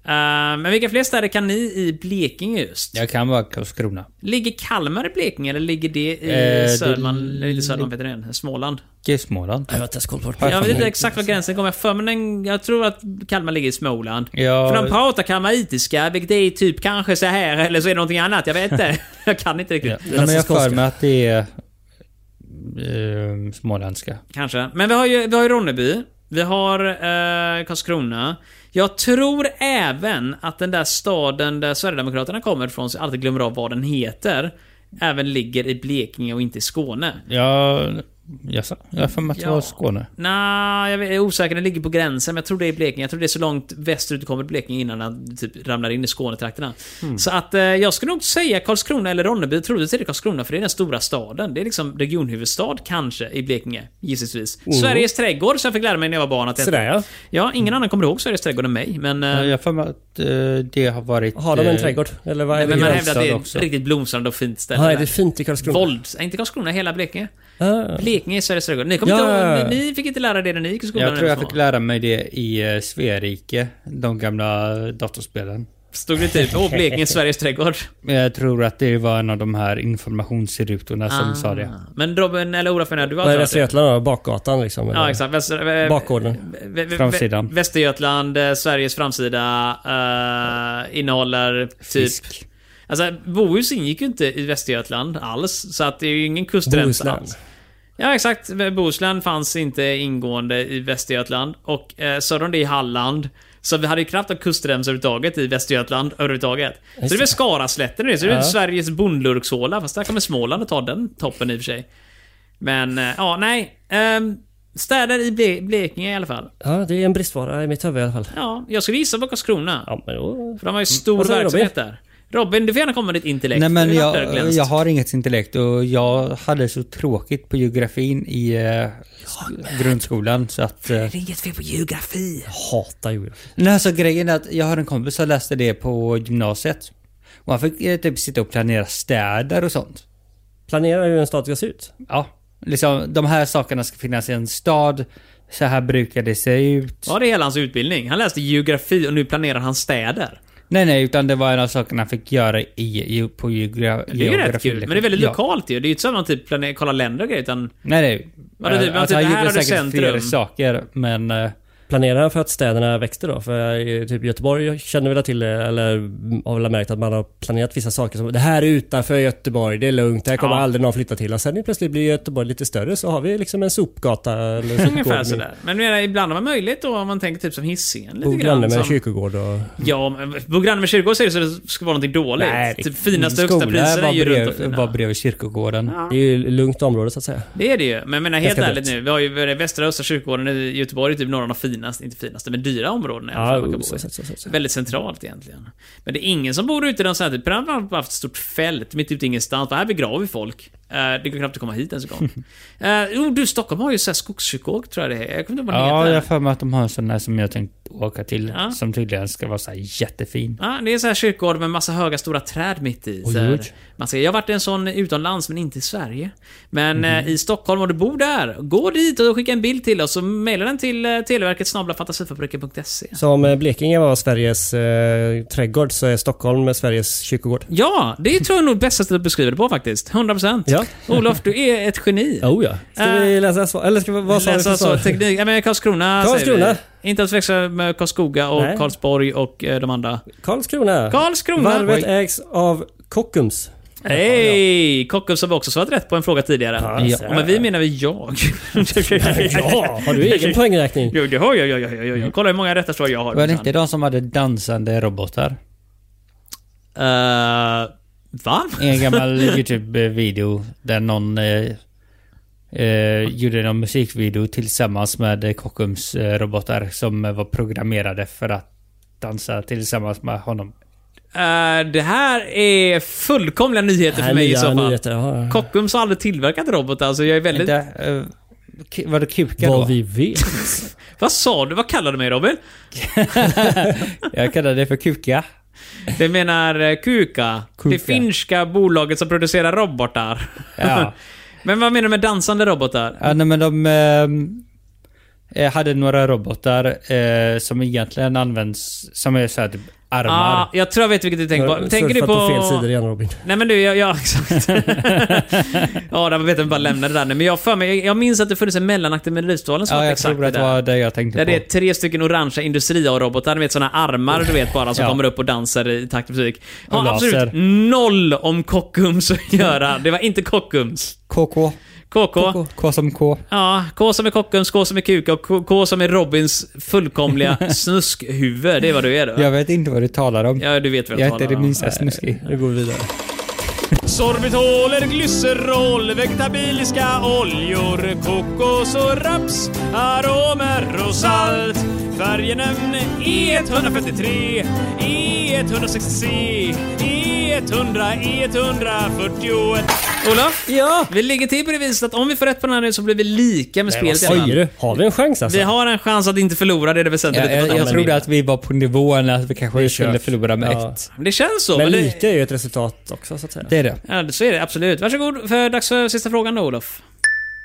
Speaker 1: Eh, men vilka fler städer kan ni i Blekinge just?
Speaker 4: Jag kan vara Karlskrona.
Speaker 1: Ligger Kalmar i Blekinge, eller ligger det i
Speaker 4: Eh, det
Speaker 1: Sörmland, eller inte Sörmland, vet du det? Småland?
Speaker 4: Icke Småland.
Speaker 2: Jag har inte ens koll på det.
Speaker 1: Jag vet inte exakt var gränsen kommer för, men den, jag tror att Kalmar ligger i Småland.
Speaker 4: Ja.
Speaker 1: För de pratar kalmaritiska, vilket är typ kanske så här eller så är det någonting annat. Jag vet inte. jag kan inte riktigt.
Speaker 4: Ja.
Speaker 2: lät
Speaker 4: Nej, men jag
Speaker 2: som
Speaker 4: har för
Speaker 2: skånska.
Speaker 4: mig att det är eh, småländska.
Speaker 1: Kanske. Men vi har ju, vi har ju Ronneby. Vi har eh, Karlskrona. Jag tror även att den där staden där Sverigedemokraterna kommer ifrån, så jag alltid glömmer av vad den heter, även ligger i Blekinge och inte i Skåne.
Speaker 4: Ja, jaså? Jag har för mig att det
Speaker 1: Ja.
Speaker 4: var Skåne.
Speaker 1: Nej, jag är osäker. Den ligger på gränsen, men jag tror det är Blekinge. Jag tror det är så långt västerut du kommer till Blekinge innan den typ ramlar in i Skånetrakterna. Så att eh, jag skulle nog säga Karlskrona eller Ronneby. Troligtvis är det Karlskrona, för det är den stora staden. Det är liksom regionhuvudstad, kanske, i Blekinge. Gissningsvis. Sveriges trädgård, som jag fick lära mig när jag var barn att det
Speaker 2: Sådär ja.
Speaker 1: Ja, ingen annan kommer ihåg Sveriges trädgård än mig, men... eh,
Speaker 4: Ja, Jag har för mig att eh, det har varit...
Speaker 2: Har de en
Speaker 4: eh,
Speaker 2: trädgård? Eller vad är
Speaker 1: men
Speaker 2: det?
Speaker 1: man
Speaker 4: Karlstad
Speaker 1: hävdar att det är ett
Speaker 4: också.
Speaker 1: riktigt blomstrande och fint ställe.
Speaker 2: Ja, är
Speaker 1: där.
Speaker 2: det fint i Karlskrona?
Speaker 1: Våld. Nej, inte Karlskrona, hela Blekinge.
Speaker 2: Ah.
Speaker 1: Blekinge är Sveriges trädgård. Ni, kommer
Speaker 2: Ja,
Speaker 1: inte,
Speaker 2: ja, ja.
Speaker 1: ihåg- ni, ni fick inte lära det när ni gick i skolan.
Speaker 4: Jag tror
Speaker 1: när
Speaker 4: jag
Speaker 1: ni var
Speaker 4: fick
Speaker 1: små.
Speaker 4: lära mig det i eh, Sverige, de gamla datorspelen.
Speaker 1: Stod det typ Åh, Blekinge, Sveriges trädgård.
Speaker 4: Men jag tror att det var en av de här informationsrutorna
Speaker 1: Ah.
Speaker 4: som sa det.
Speaker 1: Men Robin eller Olof, menar du har
Speaker 2: Vad är
Speaker 1: aldrig
Speaker 2: Västra
Speaker 1: hört
Speaker 2: Götaland då? Bakgatan liksom?
Speaker 1: det?
Speaker 2: eller?
Speaker 1: Ja, exakt. Väster, vä-
Speaker 2: Bakgården.
Speaker 1: vä- vä-
Speaker 4: Framsidan.
Speaker 1: vä- Västergötland, eh, Sveriges framsida, eh, innehåller typ...
Speaker 4: Fisk.
Speaker 1: Alltså, Bohus ingick ju inte i Västergötland alls, så att det är ju ingen kustrens
Speaker 2: Bohuslän.
Speaker 1: alls. Ja, exakt. Bohuslän fanns inte ingående i Västergötland och eh, söder om det i Halland. Så vi hade ju knappt någon kustrems överhuvudtaget i Västergötland överhuvudtaget. Så det är väl Skaraslätten nu, så det är väl Sveriges bondlurkshåla. Fast där kommer Småland att ta den toppen i och för sig. Men, eh, ja, nej. Ehm, städer i Ble- Blekinge i alla fall.
Speaker 2: Ja, det är en bristvara i mitt huvud i alla fall.
Speaker 1: Ja, jag skulle gissa på Karlskrona.
Speaker 2: Ja, men då...
Speaker 4: Mm.
Speaker 1: För de har ju stor
Speaker 2: Vad säger
Speaker 1: verksamhet där. Robin, du får gärna komma med ditt intellekt.
Speaker 4: Nej men
Speaker 1: Nu vart det
Speaker 4: jag,
Speaker 1: glänst.
Speaker 4: jag har inget intellekt och jag hade så tråkigt på geografin i eh, grundskolan så att... Eh,
Speaker 1: Det är inget fel på geografi.
Speaker 2: Hatar geografi.
Speaker 4: nej alltså grejen är att jag har en kompis som läste det på gymnasiet. Och han fick eh, typ sitta och planera städer och sånt.
Speaker 2: Planerar hur en stad ska se ut.
Speaker 4: Ja, liksom de här sakerna ska finnas i en stad. Så här brukar det se ut.
Speaker 1: Var det hela hans utbildning? Han läste geografi och nu planerar han städer.
Speaker 4: Nej, nej, utan det var en av sakerna han fick göra i, i, på geogra-
Speaker 1: Det är ju rätt
Speaker 4: geografi,
Speaker 1: kul, men
Speaker 4: liksom.
Speaker 1: det är väldigt
Speaker 4: Ja.
Speaker 1: lokalt ju. Det är ju inte så att man typ planerar, kollar länder och grejer, utan...
Speaker 4: Nej, nej.
Speaker 1: Vadå, typ,
Speaker 4: Eh,
Speaker 1: man
Speaker 4: alltså,
Speaker 1: säger,
Speaker 4: han
Speaker 1: här har
Speaker 4: gjorde
Speaker 1: du
Speaker 4: säkert fler
Speaker 1: centrum.
Speaker 4: saker, men... eh,
Speaker 2: Planerar han för att städerna växte då? För eh, typ Göteborg känner väl till, det, eller har väl märkt att man har planerat vissa saker som det här är utanför Göteborg, det är lugnt, det här kommer
Speaker 1: Ja.
Speaker 2: aldrig någon flytta till. Och sen plötsligt blir Göteborg lite större så har vi liksom en sopgata eller sopgård
Speaker 1: Ungefär
Speaker 2: med-
Speaker 1: sådär. Men jag menar, ibland har man möjlighet då om man tänker typ som Hisingen lite
Speaker 2: Bor granne med
Speaker 1: grann.
Speaker 2: en
Speaker 1: Som,
Speaker 2: kyrkogård och...
Speaker 1: ja, men bor granne med kyrkogård säger du så det ska vara någonting dåligt.
Speaker 4: Nej,
Speaker 1: typ finaste
Speaker 4: min
Speaker 1: högsta
Speaker 4: skola
Speaker 1: priser är
Speaker 4: var
Speaker 1: ju
Speaker 4: brev-
Speaker 1: runt och fina.
Speaker 4: var bredvid kyrkogården.
Speaker 2: Det är ju lugnt område så att säga.
Speaker 1: Det är det ju. Men jag menar helt
Speaker 2: Ganska
Speaker 1: ärligt
Speaker 2: dött.
Speaker 1: nu. Vi har ju Västra och Östra kyrkogården i Göteborg, är typ några av de finaste, inte finaste, men dyra områdena i alla fall. man kan bo i.
Speaker 2: så, så, så, så.
Speaker 1: Väldigt centralt egentligen. Men det är ingen som bor ute i de sådana här... Framförallt har man haft ett stort fält mitt ute i ingenstans. Här begraver vi folk. Eh, det går knappt att komma hit ens en gång. Eh, Jo, du, Stockholm har ju så här skogskyrkogård tror jag det är. Jag kommer inte ihåg vad den
Speaker 4: Ja,
Speaker 1: heter.
Speaker 4: jag har för mig att de har en sån här som jag tänkt åka till.
Speaker 1: Ja.
Speaker 4: Som tydligen ska vara så här jättefin.
Speaker 1: Ja, det är så här kyrkogård med massa höga stora träd mitt i.
Speaker 2: Oj,
Speaker 1: Så här.
Speaker 2: oj.
Speaker 1: Man ser, jag har varit i en sån utomlands, men inte i Sverige.
Speaker 2: Mhm.
Speaker 1: Men eh, i Stockholm, om du bor där, gå dit och skicka en bild till oss och mejla den till eh, televerket snabblafantasifabriken.se.
Speaker 2: Så om eh, Blekinge var Sveriges eh, trädgård så är Stockholm eh, Sveriges kyrkogård.
Speaker 1: Ja, det tror jag nog bästa sättet att beskriva det på faktiskt. 100%.
Speaker 2: Ja.
Speaker 1: Olof, du är ett geni.
Speaker 2: Oh ja. Ska
Speaker 1: Eh,
Speaker 2: vi läsa svar? Eller ska vi, vad sa vi för
Speaker 1: Läsa så,
Speaker 2: svar?
Speaker 1: teknik. Ja, men Karlskrona,
Speaker 2: Karlskrona.
Speaker 1: Säger vi. Inte att förväxla med Karlskoga och
Speaker 2: Nej.
Speaker 1: Karlsborg och eh, de andra.
Speaker 2: Karlskrona.
Speaker 1: Karlskrona!
Speaker 2: Varvet ägs av Kockums.
Speaker 1: Hej! Kockums har vi också svarat rätt på en fråga tidigare.
Speaker 2: Ja,
Speaker 1: Ja.
Speaker 2: så.
Speaker 1: Men vi menar vi jag.
Speaker 2: Ja, har du egen poängräkning?
Speaker 1: Jo, det har jag. jag, jag, jag, jag, jag. Kolla hur många rätta svar jag har.
Speaker 4: Var det inte de som hade dansande robotar?
Speaker 1: Eh, va?
Speaker 4: En gammal YouTube-video där någon eh, eh, gjorde någon musikvideo tillsammans med eh, Kockums eh, robotar som eh, var programmerade för att dansa tillsammans med honom.
Speaker 1: Eh, det här är fullkomliga nyheter för
Speaker 2: Här
Speaker 1: mig i
Speaker 2: nya
Speaker 1: så fall.
Speaker 2: nyheter, ja.
Speaker 1: Kockums har aldrig tillverkat robotar, så jag är väldigt...
Speaker 4: Vänta, eh, ki- var det kukar då?
Speaker 2: Vad vi vet.
Speaker 1: Vad sa du? Vad kallade du mig Robin?
Speaker 4: Jag kallar det för kuka.
Speaker 1: Det menar eh, Kuka. Det
Speaker 4: Kuka.
Speaker 1: finska bolaget som producerar robotar.
Speaker 4: Ja.
Speaker 1: Men vad menar du med dansande robotar?
Speaker 4: Ja, nej, men de ehm, eh, hade några robotar eh, som egentligen används som är så här typ armar.
Speaker 1: Ah, jag tror jag vet vilket du tänker på. Tänker du
Speaker 2: Surfat
Speaker 1: på...
Speaker 2: fel sidor igen Robin.
Speaker 1: Nej men du, jag, ja exakt. ja, där vet jag bara lämna det där nu. Men jag har för mig, jag, jag minns att det funnits en mellanaktig med Melodifestivalen som
Speaker 4: ja,
Speaker 1: var
Speaker 4: jag
Speaker 1: exakt
Speaker 4: tror
Speaker 1: det
Speaker 4: att det
Speaker 1: där.
Speaker 4: var det jag tänkte
Speaker 1: Där
Speaker 4: på.
Speaker 1: det är tre stycken orangea industria-robotar, du vet såna armar du vet bara som
Speaker 4: Ja.
Speaker 1: kommer upp och dansar i takt med musik. Har
Speaker 4: Och laser.
Speaker 1: absolut noll om Kockums att göra. Det var inte Kockums.
Speaker 4: KK.
Speaker 1: KK.
Speaker 4: KK. K som K.
Speaker 1: Ja, K som är Kockums, K som är Kuka och K- K som är Robins fullkomliga snuskhuvud. Det är vad du är då.
Speaker 4: Jag vet inte vad du talar om.
Speaker 1: Ja, du vet vad
Speaker 4: jag
Speaker 1: jag
Speaker 4: är inte
Speaker 1: talar
Speaker 4: det
Speaker 1: om. Eh.
Speaker 4: minsta snuskig.
Speaker 2: Nu går vi vidare.
Speaker 5: Sorbitoler, glycerol, vegetabiliska oljor, kokos och raps, aromer och salt. Färgenämn
Speaker 1: E
Speaker 5: E143, E160C,
Speaker 1: E
Speaker 5: E100, E141.
Speaker 1: Olof?
Speaker 2: Ja!
Speaker 1: Vi ligger till på det viset att om vi får rätt på den här nu så blir vi lika med
Speaker 2: Vad
Speaker 1: spelet i alla
Speaker 2: säger
Speaker 1: fall.
Speaker 2: du? Har vi en chans alltså?
Speaker 1: Vi har en chans att inte förlora, det är det väsentliga.
Speaker 4: Jag, jag, jag trodde att vi var på nivån att vi kanske skulle
Speaker 2: kört.
Speaker 4: förlora med
Speaker 2: Ja.
Speaker 4: ett.
Speaker 1: Det känns så.
Speaker 2: Men
Speaker 1: Men det,
Speaker 2: lika är ju ett resultat också så att säga.
Speaker 4: Det är det.
Speaker 1: ja, så är det absolut. Varsågod, för, dags för sista frågan då Olof.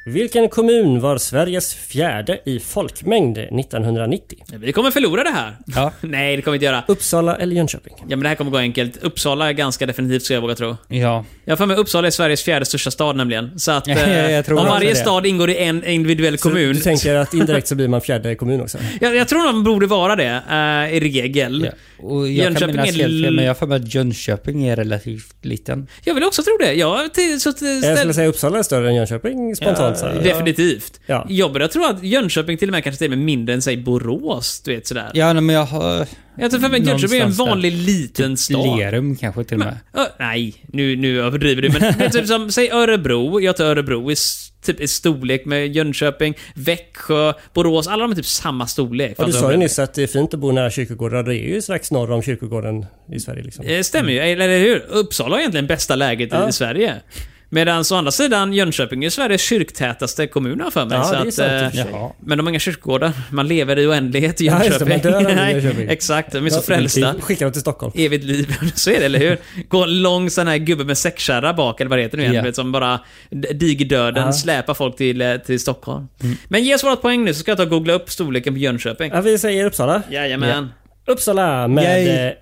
Speaker 2: Vilken kommun var Sveriges fjärde i folkmängd 1990?
Speaker 1: Vi kommer förlora det här.
Speaker 4: Ja.
Speaker 1: Nej, det kommer vi inte göra.
Speaker 2: Uppsala eller Jönköping?
Speaker 1: Ja, men det här kommer gå enkelt. Uppsala är ganska definitivt, skulle jag våga tro.
Speaker 4: Ja.
Speaker 1: Jag har för mig Uppsala är Sveriges fjärde största stad nämligen. Så att eh,
Speaker 4: Jag tror
Speaker 1: om
Speaker 4: också
Speaker 1: varje
Speaker 4: det.
Speaker 1: stad ingår i en individuell
Speaker 2: Så
Speaker 1: kommun.
Speaker 2: du tänker att indirekt så blir man fjärde kommun också?
Speaker 1: jag, jag tror de borde vara det, eh, i regel.
Speaker 4: Ja. Och jag
Speaker 1: Jönköping
Speaker 4: Jönköping kan minnas
Speaker 1: är
Speaker 4: helt fel,
Speaker 1: l-
Speaker 4: men jag har för mig att Jönköping är relativt liten.
Speaker 1: Jag vill också tro det. Jag har till, så, eh, till,
Speaker 2: Jag skulle
Speaker 1: ställ-
Speaker 2: säga Uppsala är större än Jönköping spontant procent så här.
Speaker 1: Definitivt.
Speaker 2: Ja.
Speaker 1: Jag börjar tro att Jönköping till och med kanske till och med mindre än säg Borås, du vet sådär.
Speaker 4: Ja, nej, men jag har...
Speaker 1: Jag tror för mig att Jönköping är en
Speaker 4: Någonstans
Speaker 1: vanlig liten stad.
Speaker 4: Lerum kanske till och med.
Speaker 1: Ö, Typ nej, nu, nu överdriver du. Men det är typ som, säg Örebro. Jag tar Örebro i, s- typ, i storlek med Jönköping, Växjö, Borås. Alla de är typ samma storlek. Alltså,
Speaker 2: Ja, du
Speaker 1: Fast
Speaker 2: sa ju
Speaker 1: Örebro-
Speaker 2: nyss att det är fint att bo nära kyrkogårdar. Det är ju strax norr om kyrkogården i Sverige liksom.
Speaker 1: Eh, Stämmer ju, eller eller hur? Uppsala är egentligen bästa läget i-
Speaker 2: Ja.
Speaker 1: i Sverige. Medan å andra sidan, Jönköping är Sveriges kyrktätaste kommun har jag för mig.
Speaker 2: Ja,
Speaker 1: så
Speaker 2: det är
Speaker 1: att,
Speaker 2: sant i och
Speaker 1: eh,
Speaker 2: för sig. Jaha.
Speaker 1: men de har inga kyrkogårdar. Man lever i oändlighet i
Speaker 2: Ja, just det,
Speaker 1: Jönköping.
Speaker 2: man dör aldrig i Jönköping.
Speaker 1: Exakt, de är så
Speaker 2: Ja,
Speaker 1: frälsta.
Speaker 2: Skicka dem till Stockholm.
Speaker 1: Evigt liv. Så är det, eller hur? Gå en lång sån här gubbe med säckkärra bak, eller vad det heter nu igen,
Speaker 4: Ja.
Speaker 1: du vet, Som bara d- digerdöden
Speaker 2: Ja. Mm.
Speaker 1: släpar folk till, eh, till Stockholm. Men ge oss vårt poäng nu så ska jag ta och googla upp storleken på Jönköping.
Speaker 2: Ja, vi säger Uppsala.
Speaker 1: Jajamän.
Speaker 2: Uppsala med
Speaker 4: Yay.
Speaker 2: eh,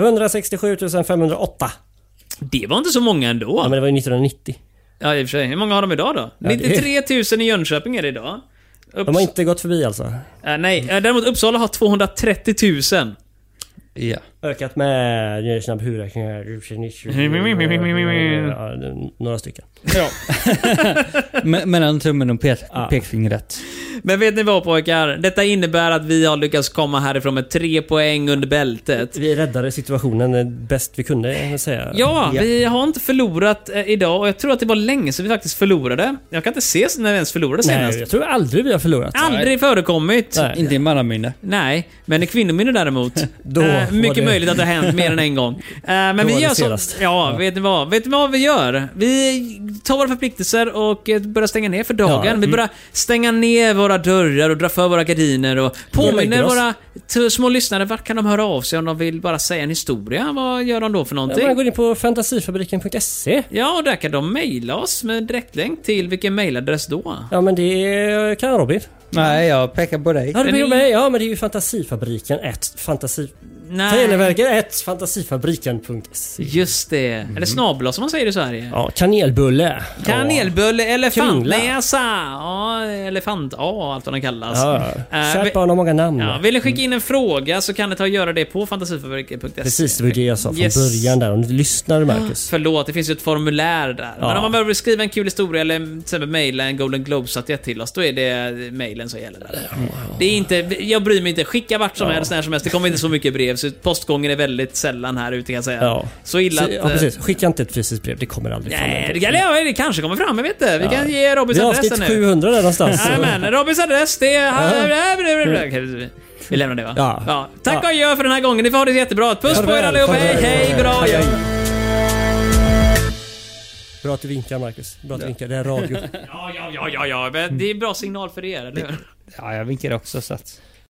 Speaker 2: 167 508.
Speaker 1: Det var inte så många ändå.
Speaker 2: Ja, men det var ju 1990.
Speaker 1: Ja, i och för sig. Hur många har de idag då?
Speaker 2: det är-
Speaker 1: 93 000 i Jönköping är det idag. Upps-
Speaker 2: De har inte gått förbi alltså.
Speaker 1: Äh, nej, äh, däremot Uppsala har 230 000.
Speaker 4: Ja.
Speaker 2: Ökat med... eh, Nu är det snabb huvudräkning här. Ja, Några stycken.
Speaker 4: Men- Mellan tummen och pek, pekfingret.
Speaker 1: Men vet ni vad pojkar? Detta innebär att vi har lyckats komma härifrån med tre poäng under bältet.
Speaker 2: Vi räddade situationen eh, bäst vi kunde, kan jag säga.
Speaker 1: Ja, vi har inte förlorat eh, idag och jag tror att det var länge sedan vi faktiskt förlorade. Jag kan inte se när vi ens förlorade senast.
Speaker 2: Nej, jag tror aldrig vi har förlorat.
Speaker 1: Aldrig förekommit.
Speaker 2: Nej.
Speaker 4: Inte i mannaminne.
Speaker 1: Nej, men i kvinnominne däremot.
Speaker 2: Då
Speaker 1: eh,
Speaker 2: var
Speaker 1: mycket
Speaker 2: det-
Speaker 1: möjligt att det har hänt mer än en gång. Eh, men
Speaker 2: Då
Speaker 1: vi
Speaker 2: var det
Speaker 1: gör så...
Speaker 2: senast.
Speaker 1: Ja, vet ni vad? Vet ni vad vi gör? Vi tar våra förpliktelser och eh, börjar stänga ner för dagen.
Speaker 2: Ja, Mm.
Speaker 1: Vi börjar stänga ner våra dörrar och dra för våra gardiner och påminner
Speaker 2: lägger oss.
Speaker 1: våra t- små lyssnare. Vart kan de höra av sig om de vill bara säga en historia? Vad gör de då för
Speaker 2: Ja, Man
Speaker 1: någonting?
Speaker 2: går in på fantasifabriken.se.
Speaker 1: Ja, och där kan de mejla oss med en direktlänk till vilken mejladress då?
Speaker 2: Ja men det kan Robin.
Speaker 4: Nej, jag pekar på dig.
Speaker 2: Ja det
Speaker 1: Men
Speaker 2: blir
Speaker 1: ni-
Speaker 2: mig. Ja men det är ju fantasifabriken 1. Fantasi...
Speaker 1: Nej,
Speaker 2: Televerket 1. Fantasifabriken.se.
Speaker 1: just det. Eller snabla som man säger i Sverige.
Speaker 2: Ja, kanelbulle.
Speaker 1: Kanelbulle, elefantnäsa,
Speaker 2: Kringla.
Speaker 1: ja, elefant A allt vad de kallas.
Speaker 2: Ja.
Speaker 1: Eh, vi-
Speaker 2: Kärt barn har många namn.
Speaker 1: Ja, vill ni skicka in en fråga så kan ni ta och göra det på fantasifabriken.se.
Speaker 2: Precis, det var det jag sa från
Speaker 1: E. Yes.
Speaker 2: början där. Om du lyssnar Marcus.
Speaker 1: Förlåt, det finns ju ett formulär där.
Speaker 2: Ja.
Speaker 1: Men om man behöver skriva en kul historia eller till exempel mejla en Golden Globe-statyett till oss, då är det mejlen som gäller där. Det är inte, jag bryr mig inte. Skicka vart som helst, när som helst. Det kommer inte så mycket brev, så postgången är väldigt sällan här ute kan jag säga.
Speaker 2: Ja.
Speaker 1: Så illa
Speaker 2: Så,
Speaker 1: att... eh,
Speaker 2: ja, precis. Skicka inte ett fysiskt brev. Det kommer aldrig fram.
Speaker 1: Nej,
Speaker 2: ändå.
Speaker 1: det, kan, ja, det kanske kommer fram, jag vet inte. Vi kan ge Robins
Speaker 2: Det är
Speaker 1: adressen
Speaker 2: avsnitt
Speaker 1: nu.
Speaker 2: 700 där någonstans.
Speaker 1: Jajamän, Robins adress det är... Vi lämnar det va?
Speaker 2: Ja.
Speaker 1: Tack och adjö för den här gången. Ni får ha det jättebra. Puss
Speaker 2: Ha det
Speaker 1: på er
Speaker 2: väl.
Speaker 1: allihop.
Speaker 2: Ha det
Speaker 1: Hej,
Speaker 2: väl.
Speaker 1: hej, goddag.
Speaker 2: Hej,
Speaker 1: adjö.
Speaker 2: hej. Bra att du vinkar Marcus. Bra att du vinkar. Det är radio.
Speaker 1: Ja, ja, ja, ja, ja. men Det är bra signal för er, eller hur?
Speaker 4: Ja, jag vinkar också så att...